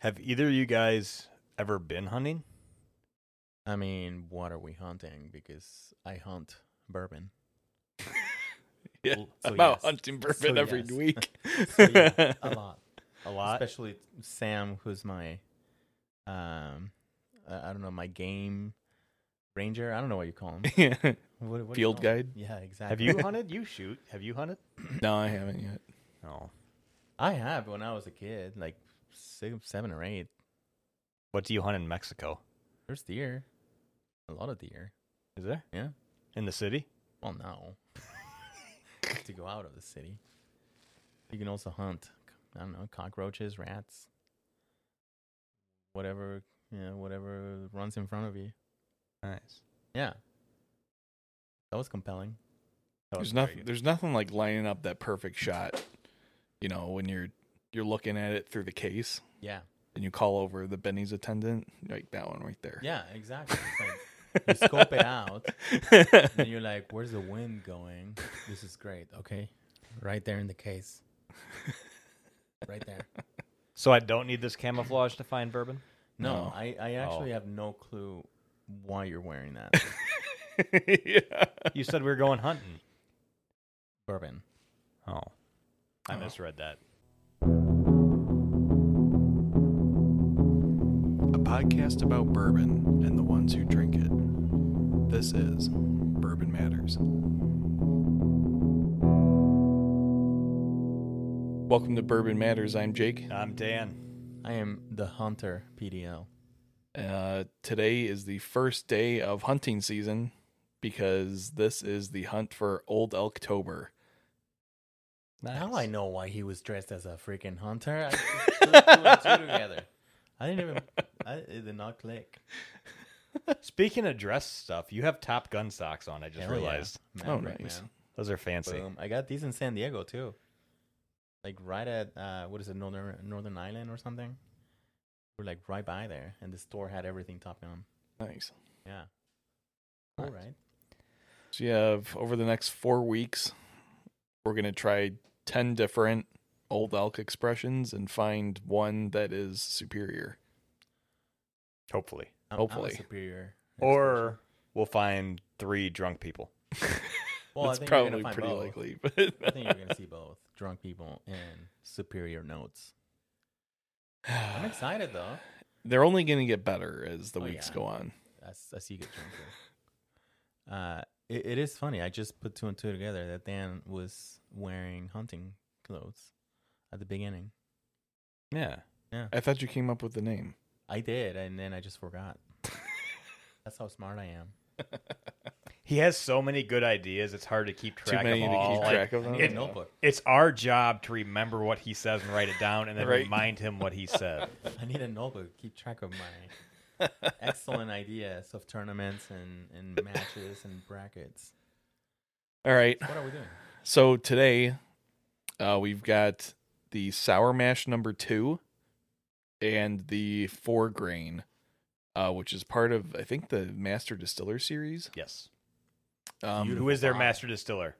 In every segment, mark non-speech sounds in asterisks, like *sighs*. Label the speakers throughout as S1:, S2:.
S1: Have either of you guys ever been hunting?
S2: I mean, what are we hunting? Because I hunt bourbon.
S3: Yeah,
S2: L- so
S3: I'm out
S2: yes.
S3: *laughs* hunting
S2: So
S3: bourbon every
S2: yes.
S3: week.
S2: So yeah, *laughs* a lot.
S1: A lot.
S2: Especially Sam, who's my, um, I I don't know, my game ranger. I don't know what you call
S3: *laughs*
S2: him. *laughs* What, what do you
S3: Field
S2: call him?
S3: guide?
S2: Yeah,
S1: Have
S2: exactly.
S1: you hunted? You shoot. Have you hunted?
S3: no, I haven't yet.
S1: No.
S2: *laughs* I have when I was a kid, like six, seven or eight.
S1: What do you hunt in Mexico?
S2: There's deer, a lot of deer.
S1: Is there?
S2: Yeah.
S1: In the city?
S2: Well, no. to go out of the city. You can also hunt, I don't know, cockroaches, rats, whatever, you know, whatever runs in front of you.
S1: Nice.
S2: Yeah. That was compelling.
S3: There's nothing. There's nothing like lining up that perfect shot. You know, when you're you're looking at it through the case
S2: Yeah.
S3: and you call over the Benny's attendant, like that one right there.
S2: Yeah, exactly. It's like, you scope it out, and you're like, where's the wind going? This is great. Okay. Right there in the case. Right there.
S1: So I don't need this camouflage to find bourbon?
S2: No,
S3: No.
S2: I, I actually
S1: Oh.
S2: have no clue why you're wearing that.
S3: *laughs* yeah.
S1: You said we were going hunting.
S2: Bourbon.
S1: Oh. I
S3: Oh.
S1: misread that.
S3: A podcast about bourbon and the ones who drink it. This is Bourbon Matters. Welcome to Bourbon Matters. I'm Jake.
S1: I'm Dan. *laughs*
S2: I am the hunter PDL.
S3: Uh, today is the first day of hunting season because this is the hunt for Old Elktober.
S2: Now I know why he was dressed as a freaking hunter. I just put two and
S1: *laughs*
S2: two together. I didn't even. I, it did not click.
S1: Speaking of dress stuff, you have Top Gun socks on. I just
S2: Hell yeah.
S1: realized
S3: Oh,
S2: Maverick,
S3: nice.
S2: man.
S1: those are fancy.
S2: Boom. I got these in San Diego too. Like right at uh, what is it, Northern Northern Island or something? We're like right by there, and the store had everything Top Gun.
S3: Nice.
S2: Yeah.
S1: Nice.
S2: All right.
S3: So you have over the next four weeks, we're gonna try ten different Old Elk expressions and find one that is superior.
S1: Hopefully,
S2: I'm, I'm
S3: Hopefully.
S2: a superior.
S1: or we'll find three drunk people.
S2: Well, I
S3: That's
S2: think you're gonna
S3: probably
S2: find
S3: pretty
S2: both.
S3: likely. But
S2: I think you're
S3: *laughs*
S2: gonna see both drunk people and superior notes. I'm excited though.
S3: They're only gonna get better as the
S2: Oh,
S3: weeks
S2: yeah.
S3: go on.
S2: as as you get drunker. Uh, it, it is funny. I just put two and two together that Dan was wearing hunting clothes at the beginning.
S1: Yeah.
S3: I thought you came up with the name.
S2: I did, and then I just forgot. *laughs* That's how smart I am.
S1: He has so many good ideas. It's hard to keep
S3: Too
S1: track
S3: many
S1: of
S3: to
S1: all.
S3: keep
S1: Like,
S3: track of.
S2: I
S3: them.
S2: need a notebook.
S1: it's our job to remember what he says and write it down, and then
S3: Right.
S1: remind him what he said.
S2: I need a notebook. to Keep track of my
S3: *laughs*
S2: excellent ideas of tournaments and, and matches and brackets.
S3: All right.
S2: What are we doing?
S3: So today, uh, we've got the sour mash number two, and the four grain, uh, which is part of I think the master distiller series.
S1: yes.
S3: Um,
S1: Who is their
S2: bottle.
S1: master distiller?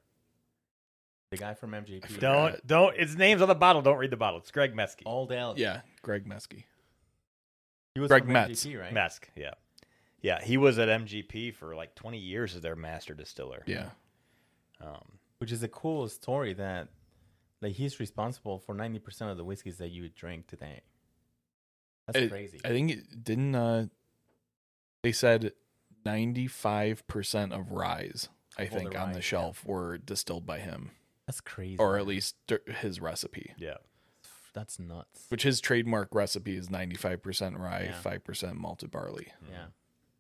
S2: The guy from MGP.
S1: Don't don't. His name's on the bottle. Don't read the bottle. It's Greg Meskey.
S2: Old Al.
S3: yeah, Greg Meskey.
S2: He was
S3: Greg
S2: from
S3: Metz.
S2: MGP, right?
S1: Mesk. Yeah. Yeah. He was at MGP for like 20 years as their master distiller.
S3: Yeah,
S1: Um,
S2: which is a cool story that like he's responsible for 90% of the whiskeys that you would drink today that's
S3: It-
S2: crazy
S3: I think it didn't. Uh, they said ninety five percent of ryes. I
S2: the
S3: think on
S2: ryes, yeah.
S3: the shelf were distilled by him,
S2: that's crazy
S3: or at least dir- his recipe.
S1: yeah.
S2: that's nuts
S3: Which his trademark recipe is ninety five percent rye,
S2: Yeah.
S3: five percent malted barley.
S2: yeah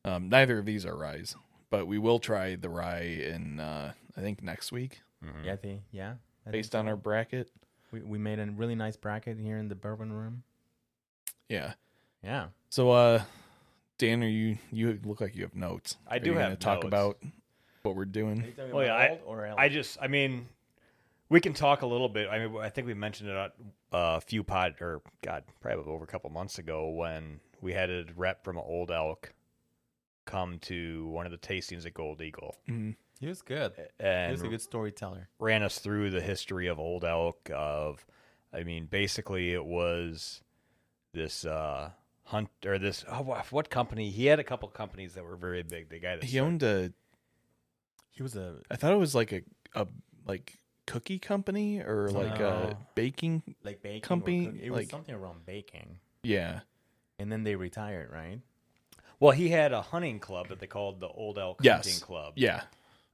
S3: Um, neither of these are ryes, but we will try the rye in uh, I think next week
S1: Mhm.
S2: yeah I think, yeah I think
S3: Mm-hmm. based on our bracket.
S2: we, we made a really nice bracket here in the bourbon room
S3: Yeah.
S2: yeah
S3: So, uh, Dan, are you you look like you have notes?
S1: I
S3: Are
S1: do
S3: you gonna
S1: have
S3: Talk
S1: notes.
S3: about what we're doing.
S1: Well, Oh, yeah, I-
S2: or
S1: I just, I mean, we can talk a little bit. I mean, I think we mentioned it on a few pod or God, probably over a couple months ago when we had a rep from Old Elk come to one of the tastings at Gold Eagle
S3: Mhm.
S2: he was good he
S1: and
S2: was a good storyteller
S1: ran us through the history of Old Elk. Of, I mean, basically it was this uh hunt or this oh, wha- what company he had a couple companies that were very big the guy that
S3: He
S1: started-
S3: owned a.
S2: He was a
S3: I thought it was like a a like cookie company or like a
S1: No.
S3: baking.
S2: like baking or
S3: Company,
S2: cook- It was
S3: like-
S2: something around baking,
S3: Yeah.
S2: and then they retired, right?
S1: well he had a hunting club that they called the old elk
S3: Yes.
S1: hunting club
S3: Yeah.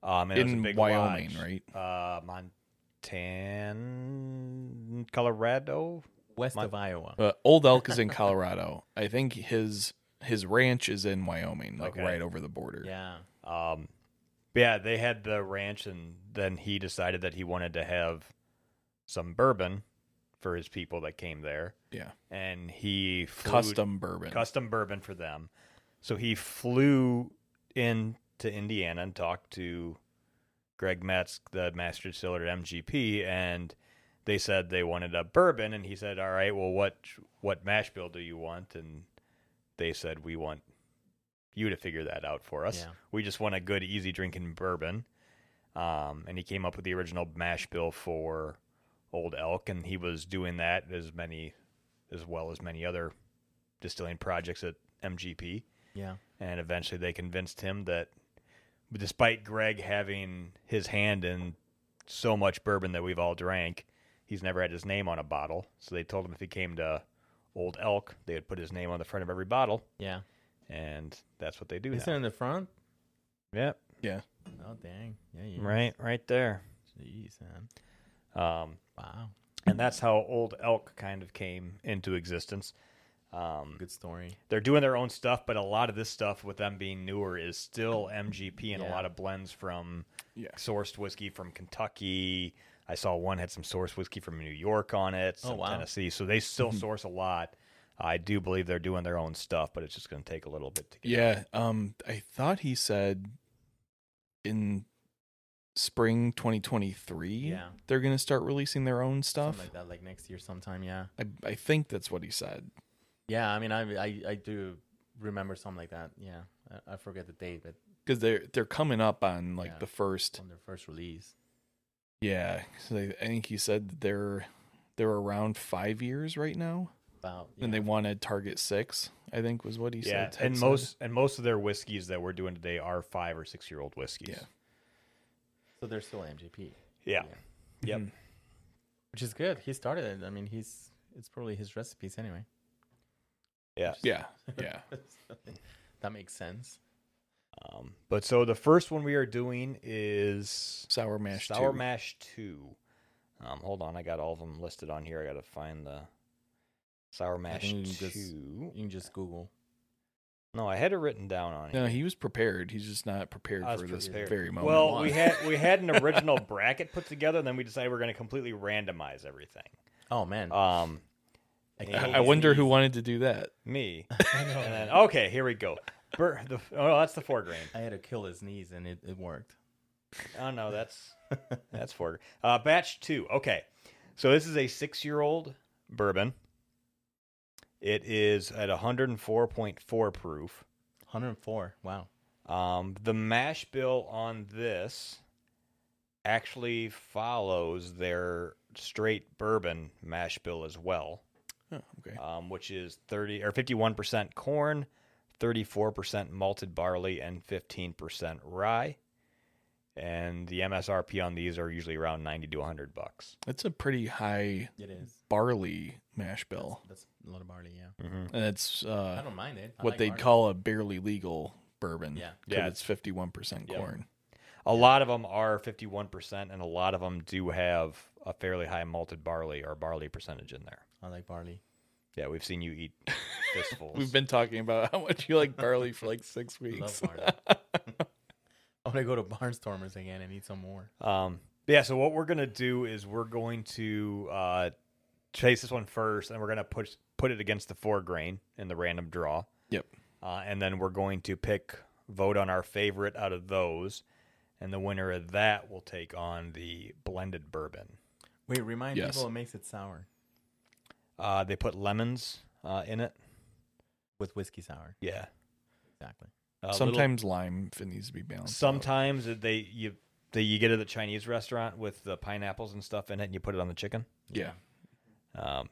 S1: um and it was a
S3: In
S1: big
S3: Wyoming,
S1: lodge.
S3: right?
S1: uh Montana Colorado
S2: West
S1: My-
S2: of Iowa.
S3: But Old
S1: *laughs*
S3: Elk is in Colorado. I think his his ranch is in Wyoming, like
S1: Okay.
S3: right over the border.
S2: yeah,
S1: Um, but yeah, they had the ranch, and then he decided that he wanted to have some bourbon for his people that came there,
S3: Yeah.
S1: and he flew,
S3: Custom bourbon.
S1: custom bourbon for them. So he flew in to Indiana and talked to Greg Metz, the master distiller at MGP, and they said they wanted a bourbon, and he said, "All right, well, what what mash bill do you want?" And they said, "We want you to figure that out for us.
S2: Yeah.
S1: We just want a good, easy drinking bourbon." Um, and he came up with the original mash bill for Old Elk, and he was doing that as many as well as many other distilling projects at MGP.
S2: yeah.
S1: And eventually they convinced him that despite Greg having his hand in so much bourbon that we've all drank, he's never had his name on a bottle. So they told him if he came to Old Elk, they would put his name on the front of every bottle.
S2: Yeah.
S1: And that's what they do.
S2: Is it
S1: now.
S2: in the front?
S1: Yep.
S2: Oh dang. Yeah, yeah.
S1: Right, right there.
S2: Jeez, man.
S1: Um,
S2: Wow.
S1: and that's how Old Elk kind of came into existence. Um,
S2: Good story.
S1: they're doing their own stuff, but a lot of this stuff with them being newer is still MGP and a
S2: Yeah.
S1: lot of blends from
S3: Yeah.
S1: sourced whiskey from Kentucky. I saw one had some sourced whiskey from New York on it,
S2: Oh,
S1: some
S2: wow.
S1: Tennessee. So they still source a lot. I do believe they're doing their own stuff, but it's just going to take a little bit to get.
S3: Yeah. Um, I thought he said in spring 2023
S2: Yeah.
S3: they're going to start releasing their own stuff.
S2: Something like that, like next year sometime. Yeah.
S3: I, I think that's what he said.
S2: Yeah. I mean, I I, I do remember something like that. Yeah. I, I forget the date, but
S3: Because they're they're coming up on like
S2: Yeah.
S3: the first
S2: on their first release.
S3: yeah. So I I think he said that they're they're around five years right now,
S2: About.
S3: and they
S2: yeah.
S3: want to target six. I think was what he
S1: Yeah,
S3: said. Ted
S1: and
S3: said.
S1: most and most of their whiskeys that we're doing today are five or six year old whiskeys.
S3: Yeah.
S2: So they're still MGP,
S1: yeah, yep.
S3: Mhm.
S2: which is good. He started it. I mean, he's it's probably his recipes anyway.
S1: Yeah.
S2: Which is-
S3: yeah, yeah.
S2: *laughs* that makes sense.
S1: Um, but so the first one we are doing is
S3: Sour mash.
S1: Sour
S3: too.
S1: Mash 2. Um, hold on, I got all of them listed on here. I got to find the Sour Mash
S2: think
S1: 2.
S2: you just- You can just Google.
S1: No, I had it written down on here.
S3: No, he was prepared. He's just not prepared
S1: I was
S3: for this
S1: prepared.
S3: very moment.
S1: well,
S2: Why?
S3: *laughs*
S1: we had we had
S2: *laughs*
S1: an original bracket put together, and then we decided we're going to completely randomize everything.
S2: Oh man,
S1: Um,
S2: can't
S1: I-
S3: Uh, I
S2: believe
S3: wonder
S2: these.
S3: who wanted to do that.
S2: *laughs*
S1: me, and then okay, here we go. Bur- the, oh, that's the four grain.
S2: I had to kill his knees, and it, it worked.
S1: Oh no, that's that's four. Uh, batch two. Okay, so this is a six-year-old bourbon. It is at 104.4 proof.
S2: 104. Wow.
S1: Um, the mash bill on this actually follows their straight bourbon mash bill as well,
S3: Oh, okay.
S1: um, which is 30 or 51% corn, 34% malted barley, and 15% rye. And the MSRP on these are usually around 90 to 100 bucks.
S3: That's a pretty high
S2: It is.
S3: barley mash bill.
S2: That's a lot of barley. Yeah.
S3: And that's
S2: I
S3: uh,
S2: don't mind it. I
S3: what
S2: like
S3: they'd
S2: barley.
S3: call a barely legal bourbon.
S2: Yeah.
S3: 'cause
S1: Yeah.
S3: It's 51%
S1: Yep.
S3: corn.
S1: A lot of them are 51%, and a lot of them do have a fairly high malted barley or barley percentage in there.
S2: I like barley.
S1: Yeah, we've seen you eat fistfuls.
S3: We've been talking about *laughs* how much you like barley for like six
S2: *laughs* Love
S3: weeks.
S2: barley.
S3: *laughs*
S2: I'm gonna go to Barnstormers again and eat some more.
S1: Um, yeah, so what we're gonna do is we're going to uh, chase this one first, and we're gonna push put it against the four grain in the random draw,
S3: Yep.
S1: uh, and then we're going to pick vote on our favorite out of those, and the winner of that will take on the blended bourbon.
S2: Wait, remind
S3: Yes.
S2: people what makes it sour
S1: Uh, they put lemons uh, in it.
S2: with whiskey sour.
S1: Yeah,
S2: Exactly.
S1: uh, little-
S3: Sometimes lime if it needs to be balanced. out.
S1: sometimes they you they, you get at the Chinese restaurant with the pineapples and stuff in it, and you put it on the chicken.
S3: Yeah.
S1: Um,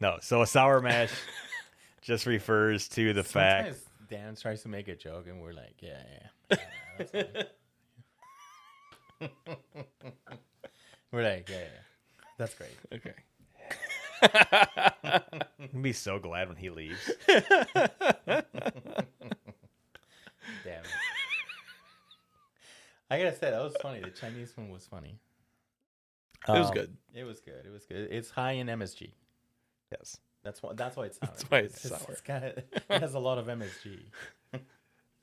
S1: no, so a sour mash just refers to the fact
S2: Sometimes Dan tries to make a joke, and we're like, yeah, yeah.
S3: *laughs*
S2: yeah, yeah, that's fine." we're like, yeah, yeah, yeah. That's great.
S3: Okay.
S1: I'd be so glad when he leaves.
S2: Damn. it. I gotta say that was funny. The Chinese one was funny.
S3: It was
S1: Um,
S3: good.
S2: It was good. It was good. It's high in MSG.
S1: Yes.
S2: That's why. That's why it's sour.
S3: That's why it's
S2: It's-
S3: sour.
S2: it's kinda- it has a lot of MSG.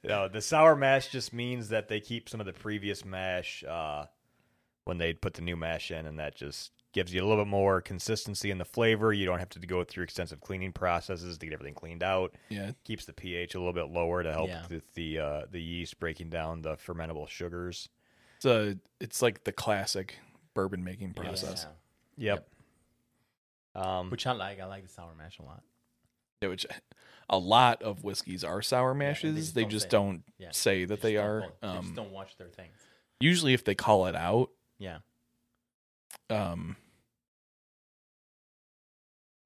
S1: No, the sour mash just means that they keep some of the previous mash uh, when they put the new mash in, and that just gives you a little bit more consistency in the flavor. You don't have to go through extensive cleaning processes to get everything cleaned out.
S3: Yeah.
S1: Keeps the pH a little bit lower to help
S2: Yeah.
S1: with the uh, the yeast breaking down the fermentable sugars.
S3: It's a, it's like the classic bourbon making process.
S2: Yeah.
S1: Yep.
S3: Hmm.
S1: Um,
S2: Which I like. I like the sour mash a lot.
S3: Yeah, which a lot of whiskeys are sour mashes.
S2: just
S3: they
S2: don't
S3: just
S2: say.
S3: don't
S2: Yeah.
S3: say that
S2: just
S3: they
S2: don't
S3: are.
S2: call it- they just
S3: Um,
S2: don't watch their things.
S3: usually, if they call it out, *laughs*
S2: Yeah.
S3: um,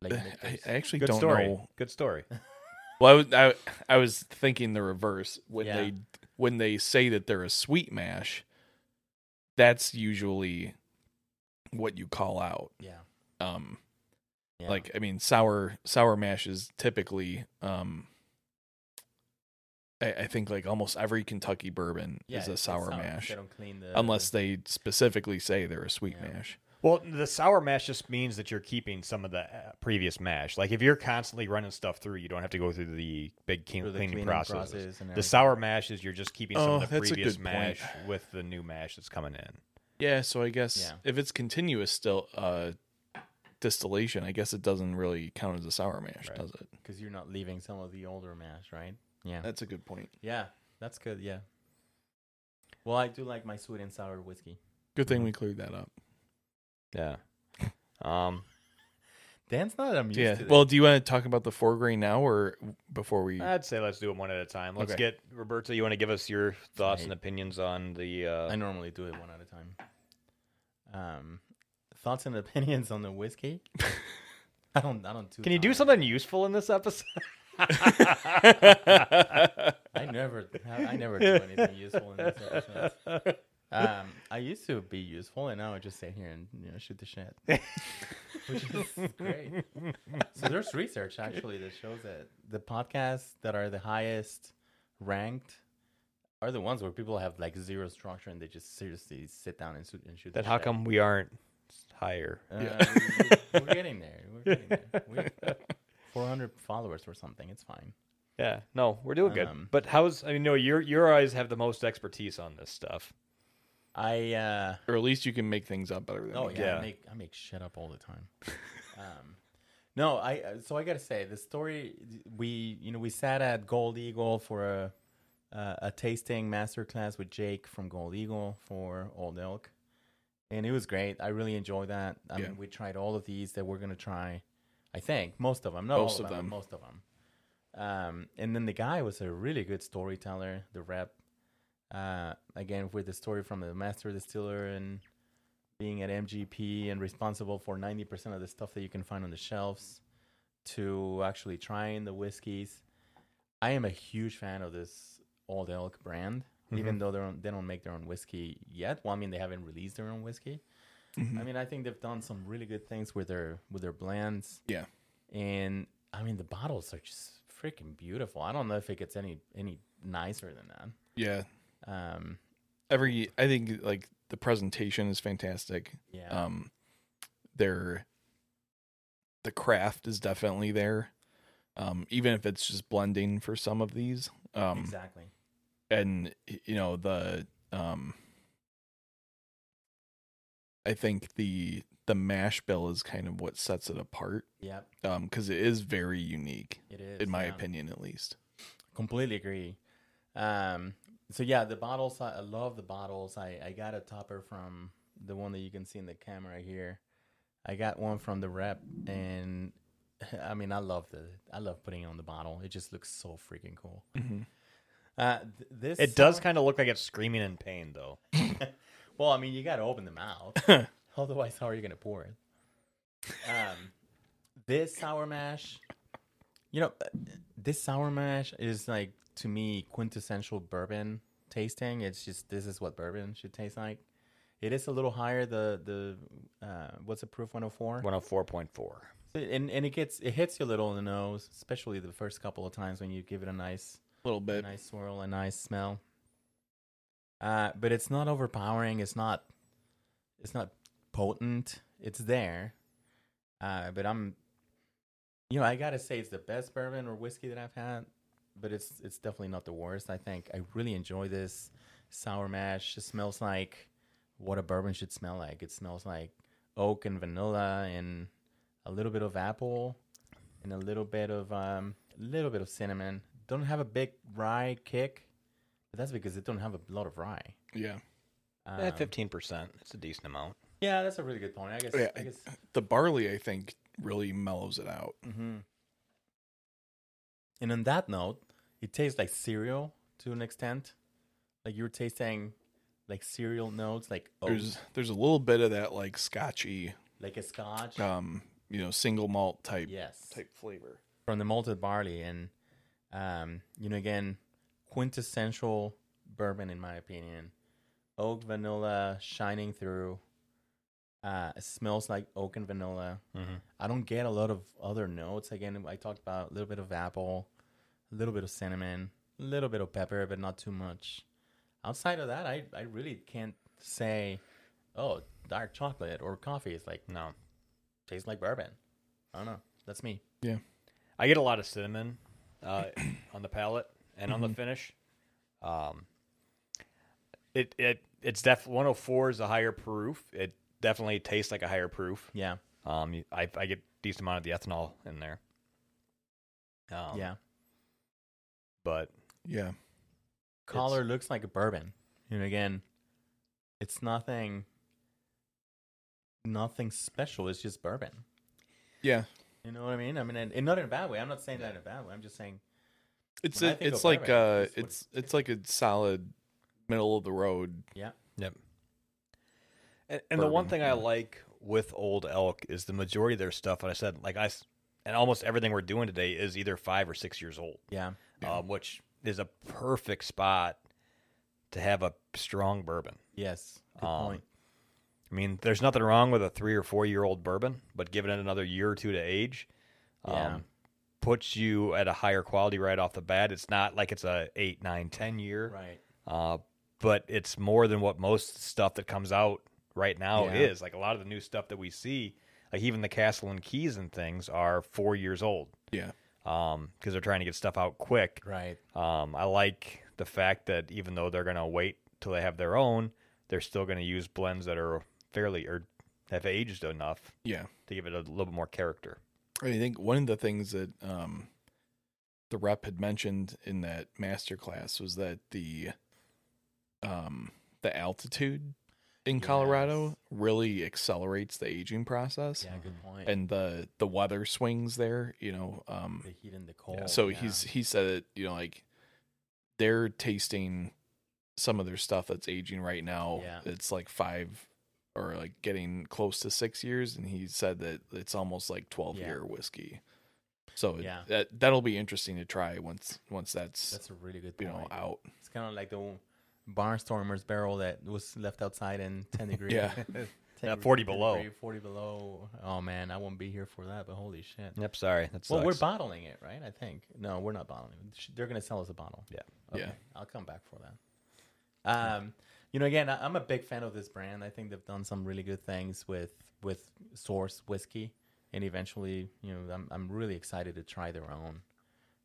S2: Like
S3: I, I
S2: Nick's.
S3: actually
S1: good
S3: don't
S1: story.
S3: know.
S1: Good story.
S3: Well, I was, I, I was thinking the reverse when
S2: Yeah.
S3: they when they say that they're a sweet mash. That's usually what you call out.
S2: yeah.
S3: Um,
S2: yeah.
S3: like I mean, sour sour mash is typically. Um, I, I think like almost every Kentucky bourbon
S2: Yeah,
S3: is
S2: it's-
S3: a
S2: it's
S3: sour
S2: because
S3: mash.
S2: They don't clean the
S3: unless they specifically say they're a sweet
S2: Yeah.
S3: mash.
S1: Well, the sour mash just means that you're keeping some of the uh, previous mash. Like if you're constantly running stuff through, you don't have to go through the big clean,
S2: through the
S1: cleaning,
S2: cleaning
S1: processes.
S2: process and
S1: The
S2: everything.
S1: sour mash is you're just keeping some
S3: Oh,
S1: of the
S3: that's a
S1: previous
S3: good
S1: mash
S3: point.
S1: with the new mash that's coming in.
S3: Yeah, so I guess
S2: Yeah.
S3: if it's continuous still uh distillation, I guess it doesn't really count as a sour mash,
S1: Right.
S3: does it?
S2: because you're not leaving some of the older mash, right? Yeah.
S3: That's a good point.
S2: yeah, that's good. Yeah. Well, I do like my sweet and sour whiskey.
S3: Good
S2: Mm-hmm.
S3: thing we cleared that up.
S1: Yeah. Um.
S2: Dan's not amused.
S3: yeah.
S2: To
S3: Well, do you want to talk about the foregrain now or before
S1: *laughs*
S3: we
S2: Uh,
S1: I'd say let's do them one at a time. Let's
S3: Okay.
S1: get Roberto. You want to give us your thoughts and
S2: Right.
S1: opinions on the?
S2: this.
S1: Uh,
S2: I normally do it one at a time. Um, thoughts and opinions on the whiskey.
S3: *laughs*
S2: I don't. I don't do.
S1: can you do
S2: that.
S1: something useful in this episode?
S2: I never. I never do anything useful in this episode.
S1: *laughs*
S2: Um, I used to be useful, and now I just sit here and you know shoot
S1: *laughs*
S2: the shit, which is great. So there's research actually that shows that the podcasts that are the highest ranked are the ones where people have like zero structure and they just seriously sit down and shoot and shoot.
S1: Then
S2: the
S1: how
S2: shit.
S1: come we aren't *laughs* higher?
S2: Uh,
S3: Yeah.
S2: we- we're getting there. We're getting there. We,
S1: *laughs*
S2: 400 followers or something. It's fine.
S1: Yeah, no, we're doing good.
S2: Um,
S1: But how's I mean, no, your your eyes have the most expertise on this stuff.
S2: I uh,
S3: or at least you can make things up better than
S2: Oh
S3: me.
S2: yeah,
S1: Yeah.
S2: I make I make shit up all the time. um, no, I uh, so I gotta say the story. We you know we sat at Gold Eagle for a uh, a tasting masterclass with Jake from Gold Eagle for Old Elk, and it was great. I really enjoyed that. I
S3: Yeah.
S2: mean, we tried all of these that we're gonna try. I think most of them, not
S3: Most
S2: all
S3: of
S2: of them,
S3: them.
S2: but most of them. Um, and then the guy was a really good storyteller. The rep, uh, again with the story from the master distiller and being at MGP and responsible for 90% of the stuff that you can find on the shelves to actually trying the whiskeys. I am a huge fan of this Old Elk brand,
S3: Mm-hmm.
S2: even though they don't, they don't make their own whiskey yet. Well, I mean, they haven't released their own whiskey.
S3: Mm-hmm.
S2: I mean, I think they've done some really good things with their with their blends.
S3: Yeah.
S2: And I mean, the bottles are just freaking beautiful. I don't know if it gets any any nicer than
S3: Yeah.
S2: that. Um,
S3: Every I think like the presentation is fantastic.
S2: yeah.
S3: um their the craft is definitely there um even if it's just blending for some of these um
S2: exactly.
S3: and you know the um i think the the mash bill is kind of what sets it apart
S2: Yep.
S3: um because it is very unique
S2: It is.
S3: in my
S2: yeah.
S3: opinion at least
S2: Completely agree. Um, so yeah, the bottles. I, I love the bottles. I, I got a topper from the one that you can see in the camera here. I got one from the rep, and *laughs* I mean, I love the. I love putting it on the bottle. It just looks so freaking cool. Uh, th- this
S1: It does kind of look like it's screaming in pain, though.
S2: Well, I mean, you got to open the mouth. Otherwise, how are you going to pour it? Um, this sour mash You know, uh, this sour mash is like to me quintessential bourbon tasting. It's just this is what bourbon should taste like. It is a little higher the the uh, what's the proof 104?
S1: 104.4.
S2: And and it gets it hits you a little in the nose, especially the first couple of times when you give it a nice
S3: A little
S2: a
S3: bit.
S2: nice swirl, a nice smell. Uh, but it's not overpowering. It's not. It's not potent. It's there. Uh, but I'm. You know, I gotta say it's the best bourbon or whiskey that I've had, but it's it's definitely not the worst. I think I really enjoy this sour mash. It smells like what a bourbon should smell like. It smells like oak and vanilla and a little bit of apple and a little bit of um a little bit of cinnamon. Don't have a big rye kick, but that's because it don't have a lot of rye.
S3: Yeah.
S2: Um,
S1: At 15%, it's a decent amount.
S2: Yeah, that's a really good point. I guess.
S3: Yeah,
S2: I guess.
S3: *clears throat* The barley, I think, really mellows it out.
S2: hmm And on that note, it tastes like cereal to an extent. Like you're tasting like cereal notes, like oats,
S3: There's there's a little bit of that like scotchy,
S2: like a scotch.
S3: um, you know, single malt type
S2: yes.
S3: type flavor.
S2: from the malted barley and um, you know again quintessential bourbon in my opinion oak vanilla shining through uh, it smells like oak and vanilla
S1: Mhm.
S2: i don't get a lot of other notes again i talked about a little bit of apple a little bit of cinnamon a little bit of pepper but not too much outside of that i, I really can't say oh dark chocolate or coffee is like
S1: No.
S2: tastes like bourbon i don't know that's me
S1: I get a lot of cinnamon uh, on the palate and on
S2: Mm-hmm.
S1: the finish. Um, it it it's def 104 is a higher proof. It definitely tastes like a higher proof.
S2: yeah
S1: Um, you- I I get decent amount of the ethanol in there. Um,
S2: yeah
S1: but
S3: Yeah.
S2: collar looks like a bourbon. And again, it's nothing nothing special. It's just bourbon.
S3: Yeah.
S2: You know what I mean? I mean, and, and not in a bad way. I'm not saying that in a bad way. I'm just saying,
S3: It's
S2: When I
S3: a,
S2: think
S3: it's
S2: of
S3: like
S2: bourbon,
S3: uh
S2: that's what
S3: it's it's like a solid middle of the road.
S2: yeah,
S1: Yep. And, and the one
S3: Bourbon,
S1: thing I like with Old Elk is the majority of their stuff. And I said, like I, s- and almost everything we're doing today is either five or six years old,
S2: yeah,
S1: um, which is a perfect spot to have a strong bourbon.
S2: yes. Good
S1: Um,
S2: point.
S1: I mean, there's nothing wrong with a three or four year old bourbon, but giving it another year or two to age, um,
S2: Yeah.
S1: puts you at a higher quality right off the bat. It's not like it's a eight, nine, ten year,
S2: Right.
S1: uh, but it's more than what most stuff that comes out right now
S2: Yeah.
S1: is. Like a lot of the new stuff that we see, like even the Castle and Keys and things, are four years old
S3: Yeah.
S1: because they're trying to get stuff out quick.
S2: Right.
S1: Um, I like the fact that even though they're going to wait till they have their own, they're still going to use blends that are fairly or have aged enough
S3: Yeah.
S1: to give it a little bit more character.
S3: I think one of the things that um, the rep had mentioned in that master class was that the um, the altitude in
S2: Yes.
S3: Colorado really accelerates the aging process,
S2: Yeah, good point.
S3: and the the weather swings there. You know, um,
S2: the heat and the cold.
S3: so
S2: yeah.
S3: he's he said that you know like they're tasting some of their stuff that's aging right now.
S2: Yeah.
S3: It's like five or like getting close to six years, and he said that it's almost like twelve
S2: Yeah.
S3: year whiskey. So it-
S2: Yeah.
S3: that that'll be interesting to try once once that's,
S2: That's a really good
S3: you
S2: point.
S3: know out.
S2: it's kind of like the barnstormer's barrel that was left outside in 10 degrees. *laughs*
S3: *laughs* Yeah.
S2: 10
S1: Yeah,
S2: degree-
S1: 40
S2: 10
S1: below.
S2: degree, 40 below. Oh, man, I won't be here for that, but holy shit.
S1: Yep, sorry. That's
S2: Well, we're bottling it, right? I think. No, we're not bottling it. Sh- They're going to sell us a bottle.
S1: Yeah.
S2: Okay.
S3: Yeah.
S2: I'll come back for that. Um, you know, again, I- I'm a big fan of this brand. I think they've done some really good things with with source whiskey, and eventually, you know, I'm I'm really excited to try their own,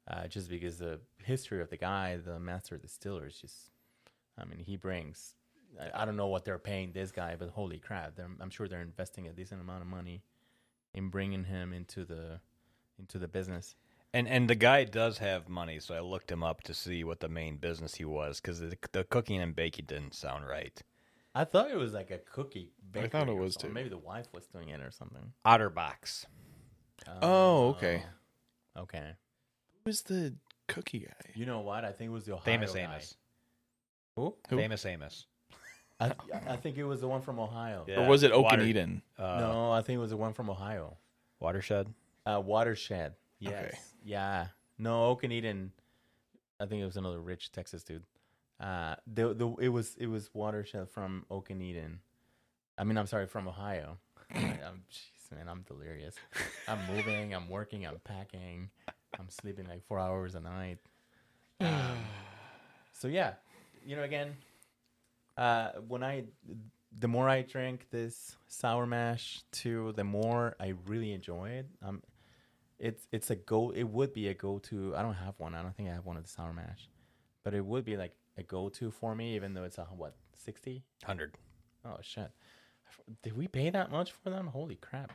S2: uh, just because the history of the guy, the master distiller, is just. I mean, he brings. I, I don't know what they're paying this guy, but holy crap! They're, I'm sure they're investing a decent amount of money in bringing him into the into the business.
S1: and and the guy does have money, so I looked him up to see what the main business he was because the, the cooking and baking didn't sound right.
S2: I thought it was like a cookie.
S3: I
S2: Bakery
S3: thought it
S2: or
S3: was
S2: something.
S3: too.
S2: Maybe the wife was doing it or something.
S1: Otterbox.
S3: Oh, okay.
S2: Oh, Okay.
S3: Who's the cookie guy?
S2: You know what? I think it was the Ohio
S1: Famous
S2: guy.
S1: Amos.
S2: Who?
S3: Who?
S1: Famous Amos.
S2: I, I think it was the one from Ohio.
S1: Yeah.
S3: Or was it Oak
S1: Water-
S3: and Eden?
S1: Uh,
S2: No, I think it was the one from Ohio.
S1: Watershed.
S2: Uh, Watershed. Yes. Yeah. No, Oak and Eden. I think it was another rich Texas dude. Uh, the the it was it was watershed from Oak and Eden. I mean, I'm sorry, from Ohio. I- I'm, jeez, man, I'm delirious. I'm moving. I'm working. I'm packing. I'm sleeping like four hours a night. Um, so yeah, you know, again, uh, when I the more I drink this sour mash too, the more I really enjoy it. Um, it's it's a go. It would be a go to. I don't have one. I don't think I have one of the sour mash, but it would be like a go to for me. Even though it's a what sixty?
S1: Hundred.
S2: Oh shit! I f- Did we pay that much for them? Holy crap!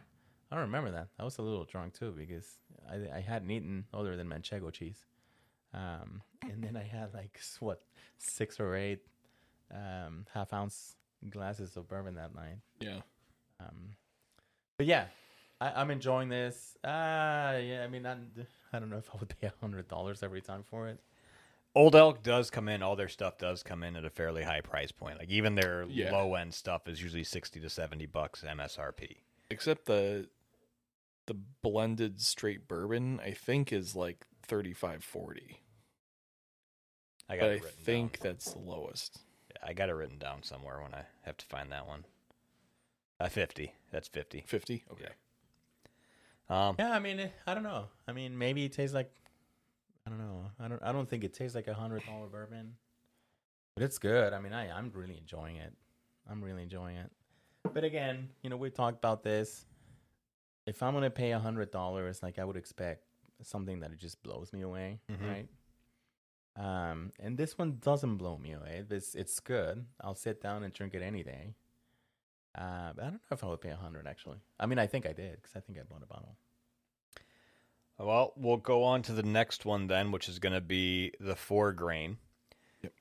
S2: I don't remember that. I was a little drunk too because I I hadn't eaten other than manchego cheese, um, and then I had like s- what six or eight um, half ounce glasses of bourbon that night.
S3: Yeah.
S2: Um, but yeah, I, I'm enjoying this. Uh, yeah, I mean, I, I don't know if I would pay hundred dollars every time for it.
S1: Old Elk does come in. All their stuff does come in at a fairly high price point. Like even their
S3: Yeah.
S1: low end stuff is usually sixty to seventy bucks MSRP.
S3: Except the the blended straight bourbon, I think, is like 35 40.
S1: I got
S3: But I
S1: it written
S3: think
S1: down.
S3: that's the lowest.
S1: I got it written down somewhere when I have to find that one. Uh, fifty. That's fifty.
S3: 50? Okay.
S1: Um,
S2: Yeah, I mean, eh, I don't know. I mean, maybe it tastes like I don't know. I don't. I don't think it tastes like a hundred dollar bourbon, but it's good. I mean, I I'm really enjoying it. I'm really enjoying it. But again, you know, we talked about this. If I'm gonna pay a hundred dollars, like I would expect something that it just blows me away,
S1: Mhm.
S2: right? Um, and this one doesn't blow me away. It's it's good. I'll sit down and drink it any day. Uh, but I don't know if I would pay a hundred actually. I mean, I think I did because I think I bought a bottle.
S1: Well, we'll go on to the next one then, which is going to be the four grain.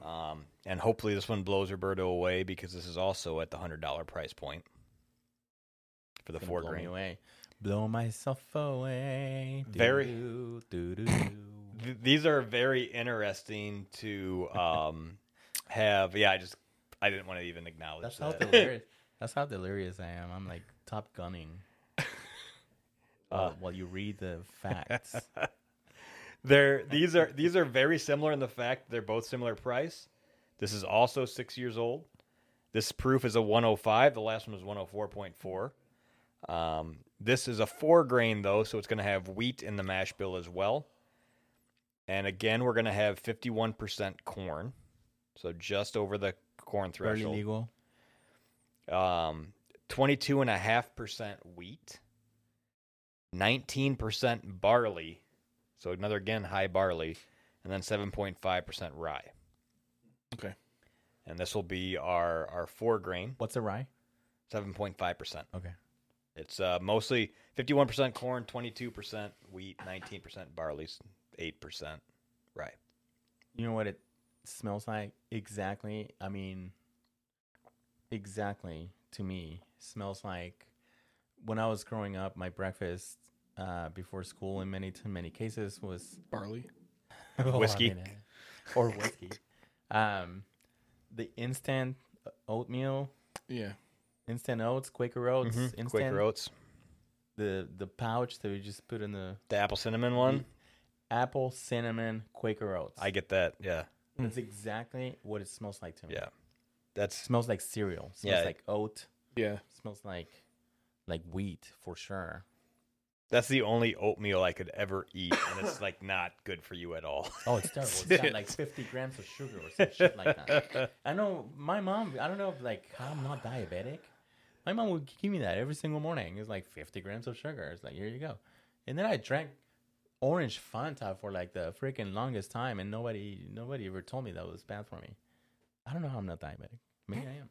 S1: Um, and hopefully this one blows Roberto away because this is also at the hundred dollar price point for the
S2: Gonna
S1: four
S2: blow Me
S1: grain.
S2: away. Blow myself away.
S1: Very-
S2: Doo-doo, doo-doo.
S1: Th- these are very interesting
S2: *laughs*
S1: to um, have. Yeah, I just I didn't want to even acknowledge
S2: *coughs* That's how
S1: that.
S2: delirious. That's how delirious I am. I'm like top gunning. *laughs* Uh, while, while you read the *laughs* facts.
S1: They're these are these are very similar in the fact they're both similar price. This is also six years old. This proof is a 105. The last one oh was 104.4. Um, this is a four grain though, so it's going to have wheat in the mash bill as well. And again, we're going to have 51% corn, so just over the corn
S2: Barely
S1: threshold.
S2: legal.
S1: Um, 22.5% wheat, 19% barley. So another again high barley, and then 7.5% rye.
S3: Okay.
S1: And this will be our our four grain,
S2: What's a rye?
S1: 7.5%.
S2: Okay.
S1: It's uh, mostly 51% corn, 22% wheat, 19% barley, 8% rye.
S2: You know what it smells like? Exactly. I mean, exactly to me smells like when I was growing up. My breakfast uh, before school, in many to many cases, was
S3: Barley?
S2: Well, I
S1: Whiskey.
S2: mean, uh, or whiskey. *laughs* um, the instant oatmeal,
S3: Yeah.
S2: instant oats, Quaker oats, Mm-hmm. instant
S1: Mm-hmm. Quaker oats,
S2: the the pouch that we just put in the
S1: the apple cinnamon one.
S2: apple cinnamon Quaker oats.
S1: I get that. Yeah,
S2: that's exactly what it smells like to me.
S1: yeah.
S2: It
S1: That's
S2: smells like cereal. Smells
S1: Yeah.
S2: like oat.
S3: Yeah.
S2: Smells like like wheat for sure.
S1: That's the only oatmeal I could ever eat, and it's like not good for you at all. *laughs*
S2: Oh, it's terrible. It's got like 50 grams of sugar or some shit like that. I know my mom, I don't know if like how I'm not diabetic. My mom would give me that every single morning. It's like 50 grams of sugar. It's like, here you go. And then I drank orange Fanta for like the freaking longest time, and nobody nobody ever told me that was bad for me. I don't know how I'm not diabetic. Maybe I am.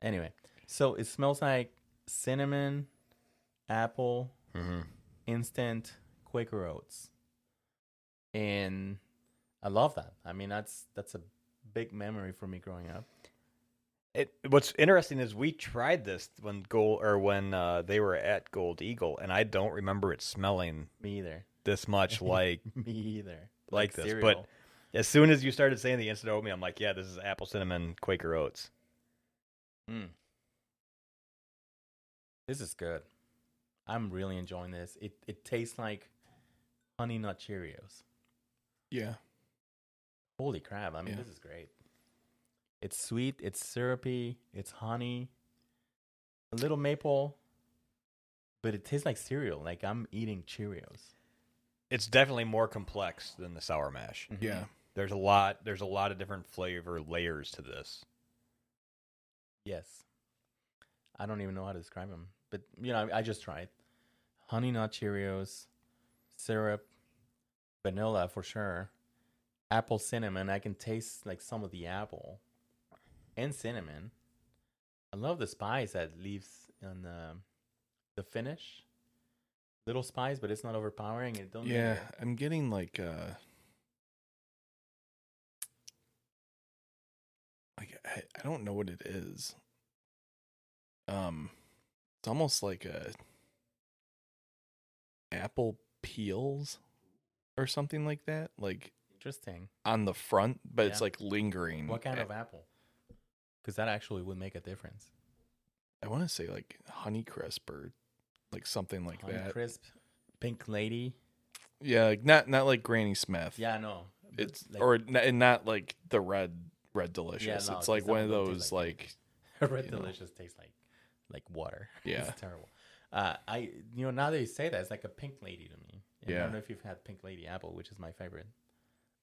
S2: Anyway, so it smells like cinnamon, apple,
S1: Mm-hmm.
S2: instant Quaker oats. And I love that. I mean, that's that's a big memory for me growing up.
S1: It, what's interesting is we tried this when gold or when uh, they were at Gold Eagle, and I don't remember it smelling
S2: Me *laughs* either.
S1: this much like
S2: Me either.
S1: like this. But as soon as you started saying the instant oatmeal, I'm like, yeah, this is apple cinnamon Quaker oats.
S2: Mm. This is good. I'm really enjoying this. It it tastes like honey nut Cheerios.
S3: Yeah.
S2: Holy crap! I mean,
S3: Yeah.
S2: this is great. It's sweet. It's syrupy. It's honey. A little maple, but it tastes like cereal. Like I'm eating Cheerios.
S1: It's definitely more complex than the sour mash.
S3: Yeah.
S1: There's a lot. There's a lot of different flavor layers to this.
S2: Yes. I don't even know how to describe them, but you know, I, I just tried honey nut Cheerios, syrup, vanilla for sure, apple cinnamon. I can taste like some of the apple and cinnamon. I love the spice that leaves on the the finish. Little spice, but it's not overpowering. It don't. make
S3: Yeah.
S2: it-
S3: I'm getting like uh like I, I don't know what it is. Um it's almost like a apple peels or something like that. Like
S2: interesting.
S3: on the front, but it's
S2: Yeah.
S3: like lingering.
S2: What kind
S3: I,
S2: of apple? Because that actually would make a difference.
S3: I want to say like Honeycrisp or like something like
S2: Honey
S3: that.
S2: crisp, pink lady.
S3: Yeah, like not not like Granny Smith.
S2: Yeah, I know. but
S3: it's or n- and not like the red red delicious.
S2: no,
S3: it's
S2: it
S3: like
S2: doesn't
S3: one of
S2: look
S3: those
S2: like
S1: *laughs*
S2: *laughs*
S3: like
S2: Red
S3: you know.
S2: Delicious tastes like like water. *laughs*
S3: Yeah.
S2: it's terrible. Uh, I you know now that you say that, it's like a pink lady to me. And I
S3: Yeah.
S2: don't know if you've had pink lady apple, which is my favorite.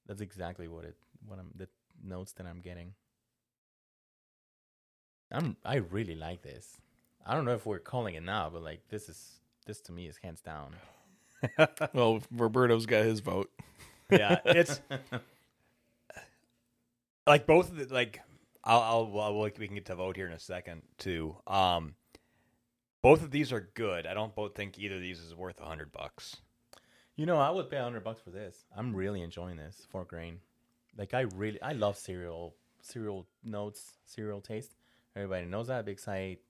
S2: That's exactly what it what I'm the notes that I'm getting. I'm I really like this. I don't know if we're calling it now, but like this is this to me is hands down.
S3: well, Roberto's got his vote.
S1: Yeah, it's like both of the, like I'll, I'll well we we can get to vote here in a second too. Um, both of these are good. I don't both think either of these is worth a hundred bucks.
S2: You know, I would pay hundred bucks for this. I'm really enjoying this four grain. Like I really, I love cereal, cereal notes, cereal taste. Everybody knows that because I ate